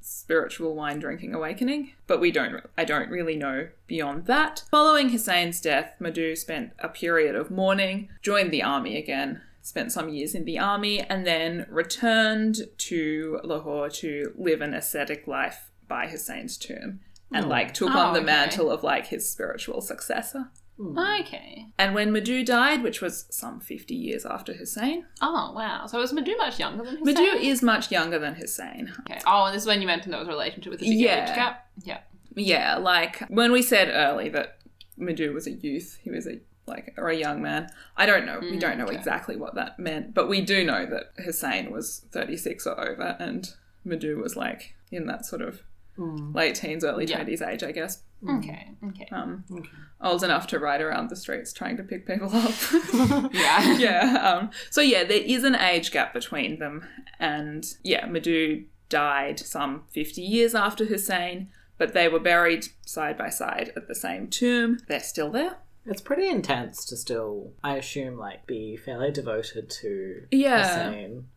Speaker 1: spiritual wine drinking awakening, but we don't I don't really know beyond that. Following Hussein's death, Madhu spent a period of mourning, joined the army again, spent some years in the army and then returned to Lahore to live an ascetic life by Hussein's tomb and
Speaker 3: Oh.
Speaker 1: like took
Speaker 2: Oh,
Speaker 1: on the
Speaker 2: okay.
Speaker 1: mantle of like his spiritual successor.
Speaker 3: Hmm.
Speaker 2: Okay.
Speaker 1: And when Madhu died, which was some 50 years after Hussein,
Speaker 2: Oh, wow. So was Madhu much younger than Hussein?
Speaker 1: Madhu is much younger than Hussein.
Speaker 2: Okay. Oh, and this is when you mentioned that was a relationship with the big
Speaker 1: Yeah.
Speaker 2: age gap. Yeah.
Speaker 1: Yeah, like when we said early that Madhu was a youth, he was a like or a young man. I don't know. we don't know
Speaker 2: Mm, okay.
Speaker 1: exactly what that meant, but we do know that Hussein was 36 or over and Madhu was like in that sort of
Speaker 3: Hmm.
Speaker 1: late teens, early
Speaker 2: Yeah.
Speaker 1: 20s age, I guess.
Speaker 2: Okay. Okay.
Speaker 1: Um, Old enough to ride around the streets trying to pick people up.
Speaker 2: Yeah.
Speaker 1: yeah. Um, so yeah, there is an age gap between them, and yeah, Madhu died some fifty years after Hussein, but they were buried side by side at the same tomb. They're still there.
Speaker 3: It's pretty intense to still, I assume, like be fairly devoted to
Speaker 1: Yeah.
Speaker 3: Hussein,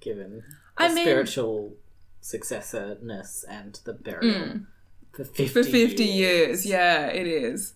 Speaker 3: given the
Speaker 1: I mean-
Speaker 3: spiritual successorness and the burial for fifty
Speaker 1: for 50 years. yeah it is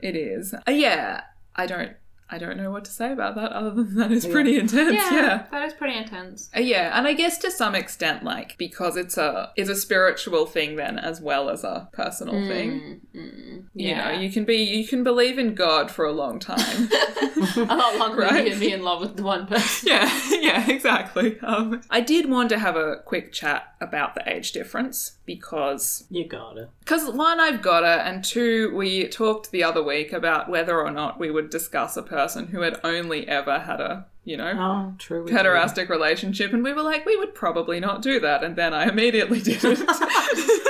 Speaker 1: it is Uh, yeah i don't i don't know what to say about that other than that it's pretty intense yeah. yeah
Speaker 2: That is pretty intense.
Speaker 1: Uh, yeah and i guess to some extent like because it's a it's a spiritual thing then as well as a personal thing
Speaker 2: Mm, Yeah.
Speaker 1: you know you can be you can believe in god for a long time
Speaker 2: a lot longer
Speaker 1: Right.
Speaker 2: than you can be in love with one person.
Speaker 1: yeah yeah exactly um, i did want to have a quick chat about the age difference because
Speaker 3: You gotta.
Speaker 1: Because one, I've got her, and two, we talked the other week about whether or not we would discuss a person who had only ever had a, you know,
Speaker 3: Oh, true. we do.
Speaker 1: pederastic relationship, and we were like, we would probably not do that, and then I immediately did it.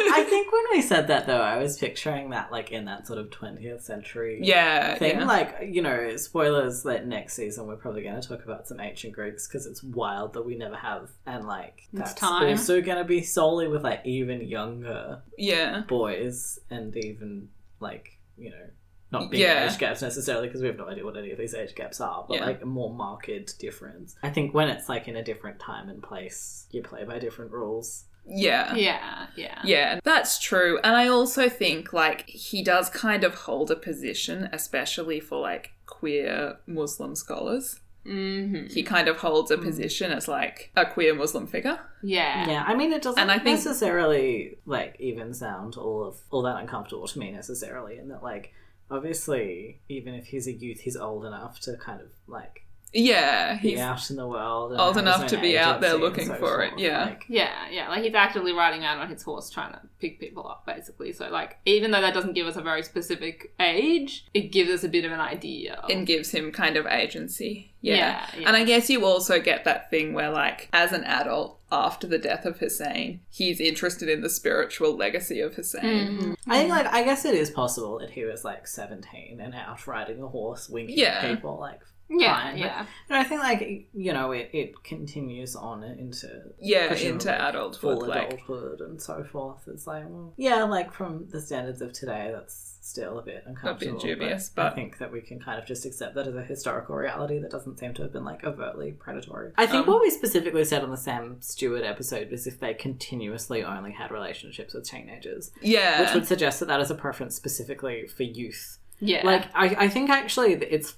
Speaker 3: I think when we said that though, I was picturing that like in that sort of twentieth century
Speaker 1: yeah,
Speaker 3: thing.
Speaker 1: yeah.
Speaker 3: Like you know, spoilers that next season we're probably going to talk about some ancient Greeks because it's wild that we never have, and like that's
Speaker 2: time.
Speaker 3: also going to be solely with like even younger
Speaker 1: yeah.
Speaker 3: boys and even like you know not big
Speaker 1: Yeah.
Speaker 3: age gaps necessarily because we have no idea what any of these age gaps are but
Speaker 1: Yeah.
Speaker 3: like a more marked difference i think when it's like in a different time and place you play by different rules
Speaker 1: yeah, yeah.
Speaker 2: Yeah. Yeah.
Speaker 1: that's true. And I also think, like, he does kind of hold a position, especially for, like, queer Muslim scholars.
Speaker 2: Mm-hmm.
Speaker 1: He kind of holds a position as, like, a queer Muslim figure.
Speaker 2: Yeah.
Speaker 3: yeah i mean it doesn't
Speaker 1: And I think-
Speaker 3: necessarily like even sound all of all that uncomfortable to me necessarily in that like obviously even if he's a youth he's old enough to kind of like
Speaker 1: Yeah,
Speaker 3: be
Speaker 1: he's
Speaker 3: out in the world and
Speaker 1: old
Speaker 3: have his
Speaker 1: enough to
Speaker 3: own
Speaker 1: be out there
Speaker 3: agency and
Speaker 1: looking
Speaker 3: so
Speaker 1: for it,
Speaker 3: forth,
Speaker 1: yeah.
Speaker 3: like,
Speaker 2: Yeah, yeah, like he's actively riding around on his horse trying to pick people up, basically. So, like, even though that doesn't give us a very specific age, it gives us a bit of an idea. of-
Speaker 1: and gives him kind of agency. Yeah.
Speaker 2: Yeah, yeah.
Speaker 1: And I guess you also get that thing where, like, as an adult, after the death of Hussein, he's interested in the spiritual legacy of Hussein.
Speaker 2: Mm-hmm.
Speaker 3: I think, like, I guess it is possible that he was like seventeen and out riding a horse, winking
Speaker 1: Yeah.
Speaker 3: at people. Like,
Speaker 2: yeah,
Speaker 3: fine,
Speaker 2: yeah,
Speaker 3: but I think, like, you know, it, it continues on into
Speaker 1: Yeah,
Speaker 3: presumably
Speaker 1: into adulthood.
Speaker 3: full
Speaker 1: Like,
Speaker 3: adulthood and so forth. It's like, well, yeah, like from the standards of today, that's still a bit uncomfortable.
Speaker 1: dubious,
Speaker 3: I
Speaker 1: but-
Speaker 3: think that we can kind of just accept that as a historical reality that doesn't doesn't seem to have been like overtly predatory. I think
Speaker 1: Um,
Speaker 3: what we specifically said on the Sam Stewart episode was if they continuously only had relationships with teenagers,
Speaker 1: Yeah.
Speaker 3: which would suggest that that is a preference specifically for youth.
Speaker 2: Yeah.
Speaker 3: Like, I, I think actually that it's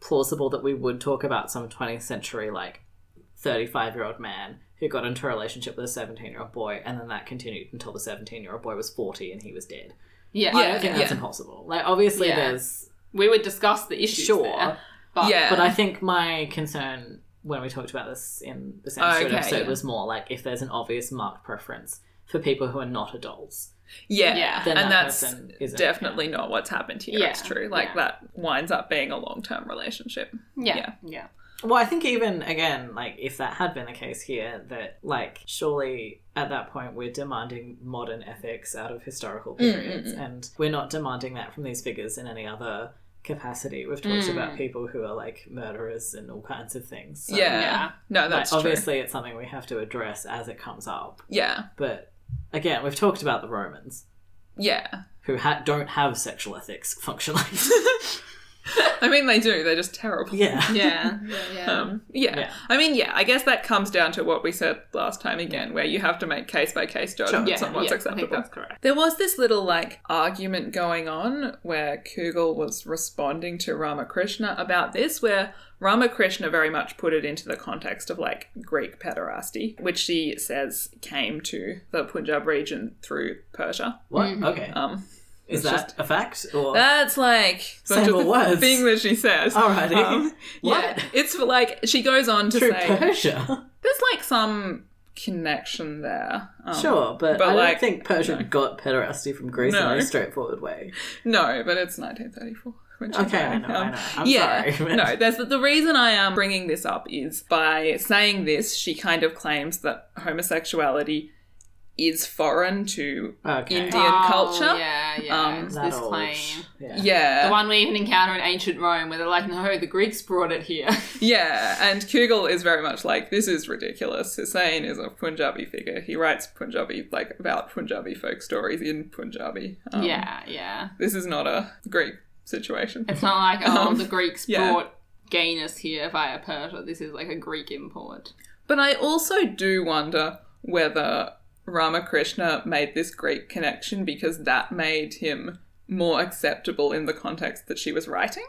Speaker 3: plausible that we would talk about some 20th century, like, 35 year old man who got into a relationship with a 17 year old boy, and then that continued until the 17 year old boy was 40 and he was dead.
Speaker 2: yeah.
Speaker 3: I don't think that's
Speaker 1: yeah.
Speaker 3: impossible. Like, obviously,
Speaker 2: Yeah.
Speaker 3: there's
Speaker 2: We would discuss the issues.
Speaker 3: sure,
Speaker 2: there, but
Speaker 1: Yeah.
Speaker 3: but I think my concern when we talked about this in the Sam
Speaker 1: Oh,
Speaker 3: Stewart
Speaker 1: okay,
Speaker 3: episode
Speaker 1: yeah.
Speaker 3: was more like if there's an obvious marked preference for people who are not adults,
Speaker 1: yeah.
Speaker 2: Yeah.
Speaker 3: then
Speaker 1: And
Speaker 3: that
Speaker 1: that's
Speaker 3: person isn't.
Speaker 1: Definitely not what's happened here.
Speaker 2: Yeah.
Speaker 1: It's true. Like
Speaker 2: Yeah.
Speaker 1: that winds up being a long term relationship.
Speaker 2: yeah.
Speaker 1: Yeah.
Speaker 2: Yeah.
Speaker 3: Well, I think even again, like if that had been the case here, that like surely at that point we're demanding modern ethics out of historical
Speaker 1: Mm,
Speaker 3: periods, and we're not demanding that from these figures in any other capacity. We've talked
Speaker 2: Mm.
Speaker 3: about people who are like murderers and all kinds of things. so,
Speaker 1: yeah.
Speaker 2: Yeah.
Speaker 1: No,
Speaker 3: like,
Speaker 1: that's true.
Speaker 3: obviously it's something we have to address as it comes up.
Speaker 1: Yeah.
Speaker 3: But again, we've talked about the Romans
Speaker 1: Yeah.
Speaker 3: who ha- don't have sexual ethics functionally.
Speaker 1: I mean, they do. They're just terrible.
Speaker 3: yeah.
Speaker 2: Yeah. Yeah. yeah.
Speaker 1: Um, yeah.
Speaker 3: Yeah.
Speaker 1: I mean, yeah, I guess that comes down to what we said last time again, where you have to make case by case judgments
Speaker 2: Yeah,
Speaker 1: on what's
Speaker 2: yeah, I think
Speaker 1: acceptable.
Speaker 2: that's correct.
Speaker 1: There was this little like argument going on where Kugel was responding to Ramakrishna about this, where Ramakrishna very much put it into the context of like Greek pederasty, which she says came to the Punjab region through Persia.
Speaker 3: What? Okay.
Speaker 1: Um,
Speaker 3: Is
Speaker 1: it's Uh,
Speaker 3: that a fact or
Speaker 1: that's like
Speaker 3: Same
Speaker 1: the
Speaker 3: with words.
Speaker 1: thing that she says.
Speaker 3: Alrighty.
Speaker 1: um, yeah,
Speaker 3: What?
Speaker 1: it's for like she goes on to
Speaker 3: through
Speaker 1: say
Speaker 3: Persia?
Speaker 1: there's like some connection there. Um,
Speaker 3: Sure, but,
Speaker 1: but,
Speaker 3: I
Speaker 1: like,
Speaker 3: don't think Persia got pederasty from Greece
Speaker 1: No.
Speaker 3: in a straightforward way.
Speaker 1: No, but it's 1934. when she
Speaker 3: Okay,
Speaker 1: died.
Speaker 3: I know, I
Speaker 1: Um,
Speaker 3: know. I'm
Speaker 1: yeah,
Speaker 3: sorry.
Speaker 1: no. That's the, the reason I am bringing this up is by saying this, she kind of claims that homosexuality is foreign to
Speaker 3: Okay.
Speaker 1: Indian culture.
Speaker 2: Yeah. Yeah.
Speaker 1: Um,
Speaker 2: it's
Speaker 3: That
Speaker 2: this
Speaker 3: old-
Speaker 2: claim.
Speaker 3: Yeah.
Speaker 1: Yeah,
Speaker 2: The one we even encounter in ancient Rome, where they're like, "No, the Greeks brought it here."
Speaker 1: yeah. And Kugel is very much like this is ridiculous. Hussein is a Punjabi figure. He writes Punjabi like about Punjabi folk stories in Punjabi. Um,
Speaker 2: yeah, yeah.
Speaker 1: this is not a Greek situation.
Speaker 2: It's not like oh,
Speaker 1: Um,
Speaker 2: the Greeks
Speaker 1: yeah.
Speaker 2: brought gayness here via Persia. This is like a Greek import.
Speaker 1: But I also do wonder whether Ramakrishna made this Greek connection because that made him more acceptable in the context that she was writing.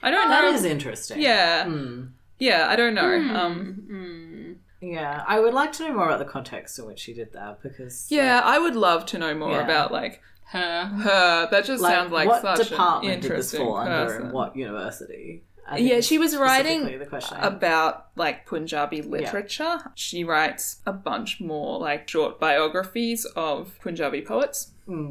Speaker 1: I don't
Speaker 3: That
Speaker 1: know.
Speaker 3: is Hmm. interesting.
Speaker 1: um, yeah,
Speaker 3: Hmm.
Speaker 1: yeah, I don't know. Um,
Speaker 2: Mm.
Speaker 3: Yeah, I would like to know more about the context in which she did that because
Speaker 1: yeah, I would love to know more
Speaker 3: Yeah.
Speaker 1: about like
Speaker 2: Her.
Speaker 1: her. That just
Speaker 3: like,
Speaker 1: sounds like
Speaker 3: what
Speaker 1: such an
Speaker 3: department did this
Speaker 1: interesting
Speaker 3: fall under
Speaker 1: person.
Speaker 3: and what university? I think
Speaker 1: yeah, she was writing uh,
Speaker 3: specifically the question.
Speaker 1: about like Punjabi literature. She writes a bunch more like short biographies of Punjabi poets.
Speaker 3: Hmm.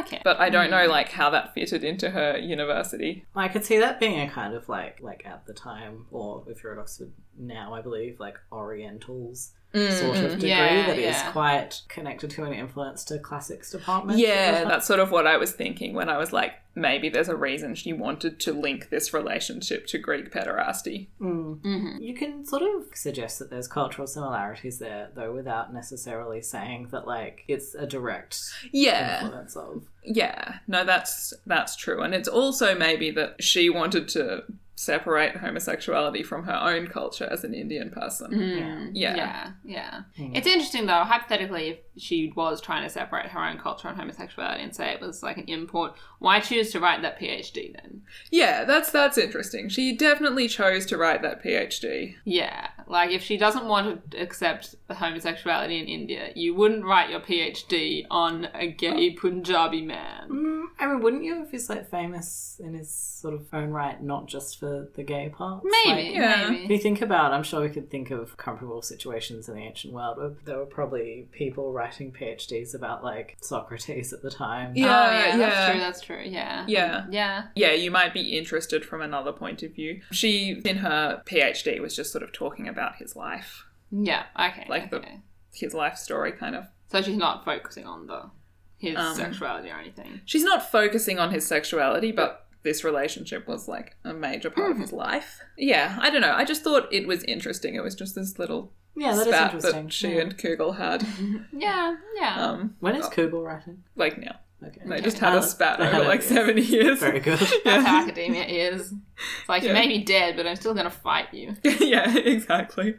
Speaker 2: Okay.
Speaker 1: but I don't
Speaker 3: Mm.
Speaker 1: know like how that fitted into her university.
Speaker 3: I could see that being a kind of like like at the time, or if you're at Oxford now, I believe, like Orientals
Speaker 1: Mm,
Speaker 3: sort of degree
Speaker 2: Yeah,
Speaker 3: that is
Speaker 2: yeah.
Speaker 3: quite connected to and influenced to classics department.
Speaker 1: Yeah, that's sort of what I was thinking when I was like, maybe there's a reason she wanted to link this relationship to Greek pederasty.
Speaker 3: Mm.
Speaker 2: Mhm.
Speaker 3: You can sort of suggest that there's cultural similarities there, though, without necessarily saying that like it's a direct
Speaker 1: Yeah,
Speaker 3: influence of.
Speaker 1: yeah. No, that's that's true, and it's also maybe that she wanted to separate homosexuality from her own culture as an Indian person.
Speaker 2: Mm,
Speaker 1: Yeah.
Speaker 2: yeah, yeah.
Speaker 3: Hmm.
Speaker 2: It's interesting though. Hypothetically, if she was trying to separate her own culture and homosexuality and say it was like an import, why choose to write that PhD then?
Speaker 1: Yeah, that's that's interesting. She definitely chose to write that PhD.
Speaker 2: Yeah, like if she doesn't want to accept the homosexuality in India, you wouldn't write your PhD on a gay
Speaker 1: Oh.
Speaker 2: Punjabi man.
Speaker 3: Mm, I mean, wouldn't you if he's like famous in his sort of own right, not just for the gay part?
Speaker 2: Maybe,
Speaker 1: yeah.
Speaker 3: If
Speaker 2: maybe.
Speaker 3: you think about, I'm sure we could think of comparable situations in the ancient world where there were probably people writing PhDs about like Socrates at the time.
Speaker 1: Yeah,
Speaker 2: oh, yeah,
Speaker 1: yeah.
Speaker 2: that's true. That's true. Yeah,
Speaker 1: Yeah.
Speaker 2: yeah.
Speaker 1: yeah, you might be interested from another point of view. She, in her PhD, was just sort of talking about his life,
Speaker 2: Yeah, okay.
Speaker 1: Like the-
Speaker 2: okay.
Speaker 1: his life story, kind of.
Speaker 2: So she's not focusing on the his
Speaker 1: Um,
Speaker 2: sexuality or anything.
Speaker 1: She's not focusing on his sexuality, but this relationship was like a major part of his
Speaker 3: Hmm.
Speaker 1: life. Yeah, I don't know. I just thought it was interesting. It was just this little
Speaker 3: Yeah, that is
Speaker 1: spat
Speaker 3: interesting. Mm-hmm.
Speaker 1: that she
Speaker 3: Yeah.
Speaker 1: and Kugel had.
Speaker 2: Yeah, yeah.
Speaker 1: Um,
Speaker 3: When is Kugel writing?
Speaker 1: like now.
Speaker 3: Okay.
Speaker 1: They just had
Speaker 3: Uh,
Speaker 1: a spat
Speaker 3: they
Speaker 1: over
Speaker 3: had a-
Speaker 1: like 70 years.
Speaker 3: Very good.
Speaker 2: That's how
Speaker 1: Yeah.
Speaker 2: academia is. It's like
Speaker 1: Yeah.
Speaker 2: you may be dead, but I'm still gonna fight you.
Speaker 1: yeah, exactly.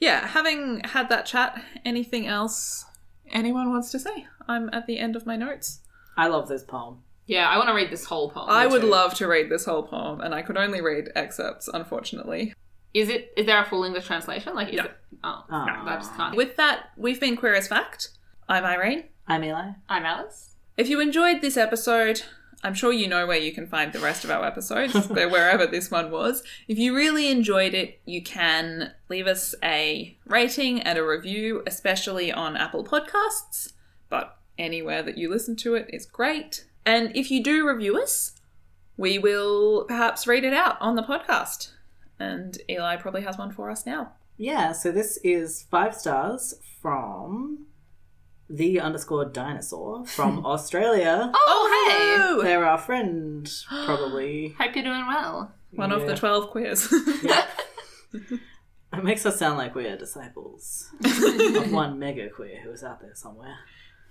Speaker 1: Yeah, having had that chat, anything else anyone wants to say? I'm at the end of my notes.
Speaker 3: I love this poem.
Speaker 2: Yeah, I want to read this whole poem.
Speaker 1: I would
Speaker 2: too.
Speaker 1: love to read this whole poem, and I could only read excerpts, unfortunately.
Speaker 2: Is it? Is there a full English translation? Like, is
Speaker 1: No.
Speaker 2: it? Oh,
Speaker 3: Oh.
Speaker 2: I just can't.
Speaker 1: With that, we've been Queer as Fact. I'm Irene.
Speaker 3: I'm Eli.
Speaker 2: I'm Alice.
Speaker 1: If you enjoyed this episode, I'm sure you know where you can find the rest of our episodes, so wherever this one was. If you really enjoyed it, you can leave us a rating and a review, especially on Apple Podcasts, but anywhere that you listen to it is great. And if you do review us, we will perhaps read it out on the podcast. And Eli probably has one for us now.
Speaker 3: Yeah, so this is five stars from the underscore dinosaur from Australia.
Speaker 2: Oh,
Speaker 1: hello!
Speaker 3: They're our friend, probably.
Speaker 2: hey! Hope you're doing well.
Speaker 1: One of
Speaker 3: Yeah.
Speaker 1: the 12 queers.
Speaker 3: It makes us sound like we are disciples of one mega queer who is out there somewhere.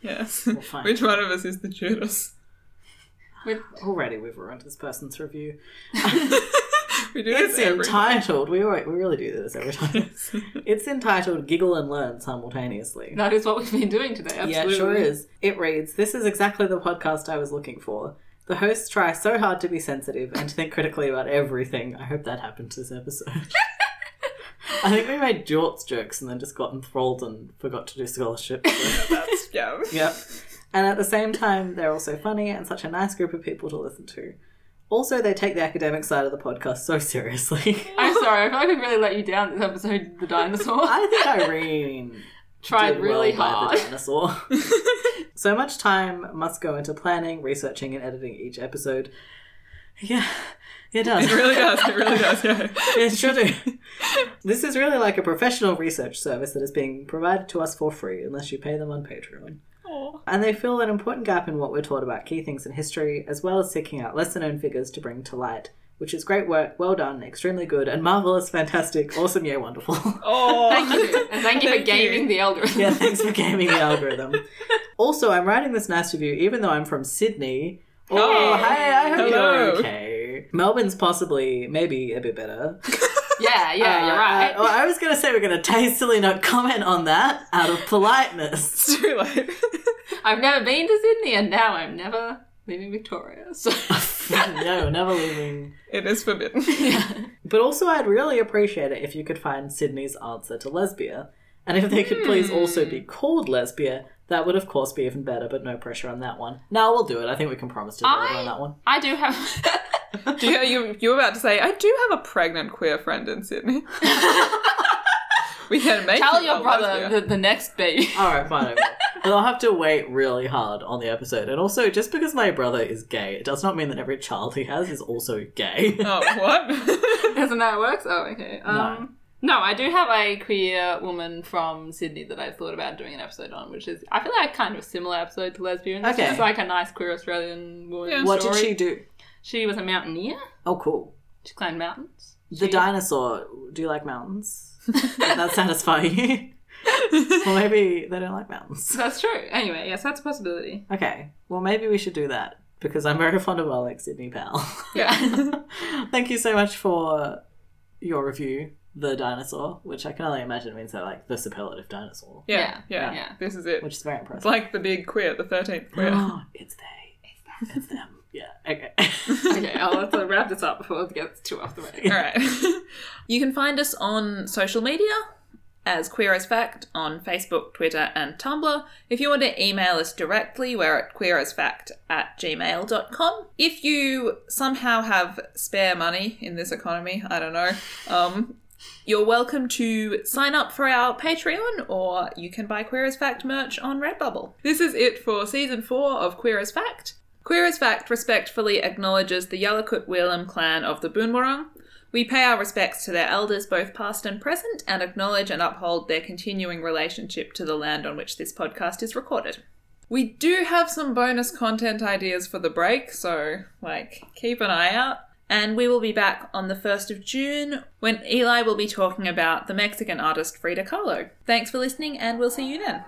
Speaker 1: yes.
Speaker 3: find
Speaker 1: Which one of us is the Judas?
Speaker 2: With
Speaker 3: Already, we've ruined this person's review.
Speaker 1: we do
Speaker 3: It's
Speaker 1: this every
Speaker 3: entitled. We, alre- we really do this every time. it's entitled "Giggle and Learn" simultaneously.
Speaker 2: that is what we've been doing today. Absolutely.
Speaker 3: Yeah, it sure is. It reads This is exactly the podcast I was looking for. The hosts try so hard to be sensitive and to think critically about everything. I hope that happened to this episode. I think we made jorts jokes and then just got enthralled and forgot to do scholarship.
Speaker 1: That's, yeah.
Speaker 3: yep. And at the same time, they're also funny and such a nice group of people to listen to. Also, they take the academic side of the podcast so seriously.
Speaker 2: I'm sorry. I feel like we really let you down this episode. The dinosaur
Speaker 3: I think Irene
Speaker 2: tried
Speaker 3: did
Speaker 2: really
Speaker 3: well by the
Speaker 2: hard.
Speaker 3: dinosaur. so much time must go into planning, researching, and editing each episode. Yeah, it does.
Speaker 1: It really does. It really does. Yeah.
Speaker 3: It sure do. This is really like a professional research service that is being provided to us for free, unless you pay them on Patreon. And they fill an important gap in what we're taught about key things in history, as well as seeking out lesser known figures to bring to light, which is great work, well done, extremely good, and marvelous, fantastic, awesome, yeah, wonderful.
Speaker 1: Oh.
Speaker 2: Thank you, and thank you
Speaker 1: Thank
Speaker 2: for
Speaker 1: you.
Speaker 2: gaming the algorithm.
Speaker 3: Yeah, thanks for gaming the algorithm. Also, I'm writing this nice review even though I'm from Sydney. Oh,
Speaker 1: Hey.
Speaker 3: hey, I hope
Speaker 1: Hello.
Speaker 3: you're okay. Melbourne's possibly, maybe a bit better.
Speaker 2: Yeah, yeah,
Speaker 3: Uh,
Speaker 2: you're right.
Speaker 3: I, well, I was going to say we're going to tastily not comment on that out of politeness.
Speaker 1: It's too late.
Speaker 3: oh.
Speaker 2: I've never been to Sydney, and now I'm never leaving Victoria. So
Speaker 3: no, never leaving.
Speaker 1: It is forbidden.
Speaker 3: But also, I'd really appreciate it if you could find Sydney's answer to lesbia. And if they could please
Speaker 2: Hmm.
Speaker 3: also be called lesbia, that would, of course, be even better, but no pressure on that one. No, we'll do it. I think we can promise to deliver
Speaker 2: I-
Speaker 3: on that one.
Speaker 2: I do have.
Speaker 1: Do you, you, you were about to say, I do have a pregnant queer friend in Sydney. we can make
Speaker 2: Tell
Speaker 1: it oh,
Speaker 2: your
Speaker 1: a
Speaker 2: brother
Speaker 1: lesbian.
Speaker 2: that the next baby.
Speaker 3: All right, fine. I will. but I'll have to wait really hard on the episode. And also, just because my brother is gay, it does not mean that every child he has is also gay.
Speaker 1: Oh, what?
Speaker 2: Isn't that how it works? Oh, okay. Um, no. I do have a queer woman from Sydney that I thought about doing an episode on, which is I feel like kind of a similar episode to lesbian.
Speaker 3: Okay.
Speaker 2: It's like a nice queer Australian woman.
Speaker 1: Yeah.
Speaker 3: what did
Speaker 2: story.
Speaker 3: she do?
Speaker 2: She was a mountaineer.
Speaker 3: Oh, cool.
Speaker 2: She climbed mountains.
Speaker 3: The
Speaker 2: She-
Speaker 3: dinosaur. Do you like mountains? Does that satisfy you? well, maybe they don't like mountains.
Speaker 2: That's true. Anyway, yes, that's a possibility.
Speaker 3: Okay. Well, maybe we should do that because I'm very fond of our like Sydney pal.
Speaker 2: Yeah.
Speaker 3: Thank you so much for your review, the dinosaur, which I can only imagine means they're like the superlative dinosaur,
Speaker 1: Yeah, yeah,
Speaker 2: Yeah, yeah.
Speaker 1: This is it.
Speaker 3: which is very
Speaker 1: It's
Speaker 3: impressive.
Speaker 1: like the big queer, the 13th queer.
Speaker 3: Oh, it's they. It's them. It's them. Yeah. Okay.
Speaker 2: okay, I'll have to wrap this up before it gets too off the rails.
Speaker 1: All right. you can find us on social media as Queer as Fact on Facebook, Twitter, and Tumblr. If you want to email us directly, we're at queerasfact at gmail.com. If you somehow have spare money in this economy, I don't know, um, you're welcome to sign up for our Patreon or you can buy Queer as Fact merch on Redbubble. This is it for season four of Queer as Fact. Queer as Fact respectfully acknowledges the Yalakut Wheelam clan of the Boonwurrung. We pay our respects to their elders, both past and present, and acknowledge and uphold their continuing relationship to the land on which this podcast is recorded. We do have some bonus content ideas for the break, so, like, keep an eye out. And we will be back on the 1st of June when Eli will be talking about the Mexican artist Frida Kahlo. Thanks for listening, and we'll see you then.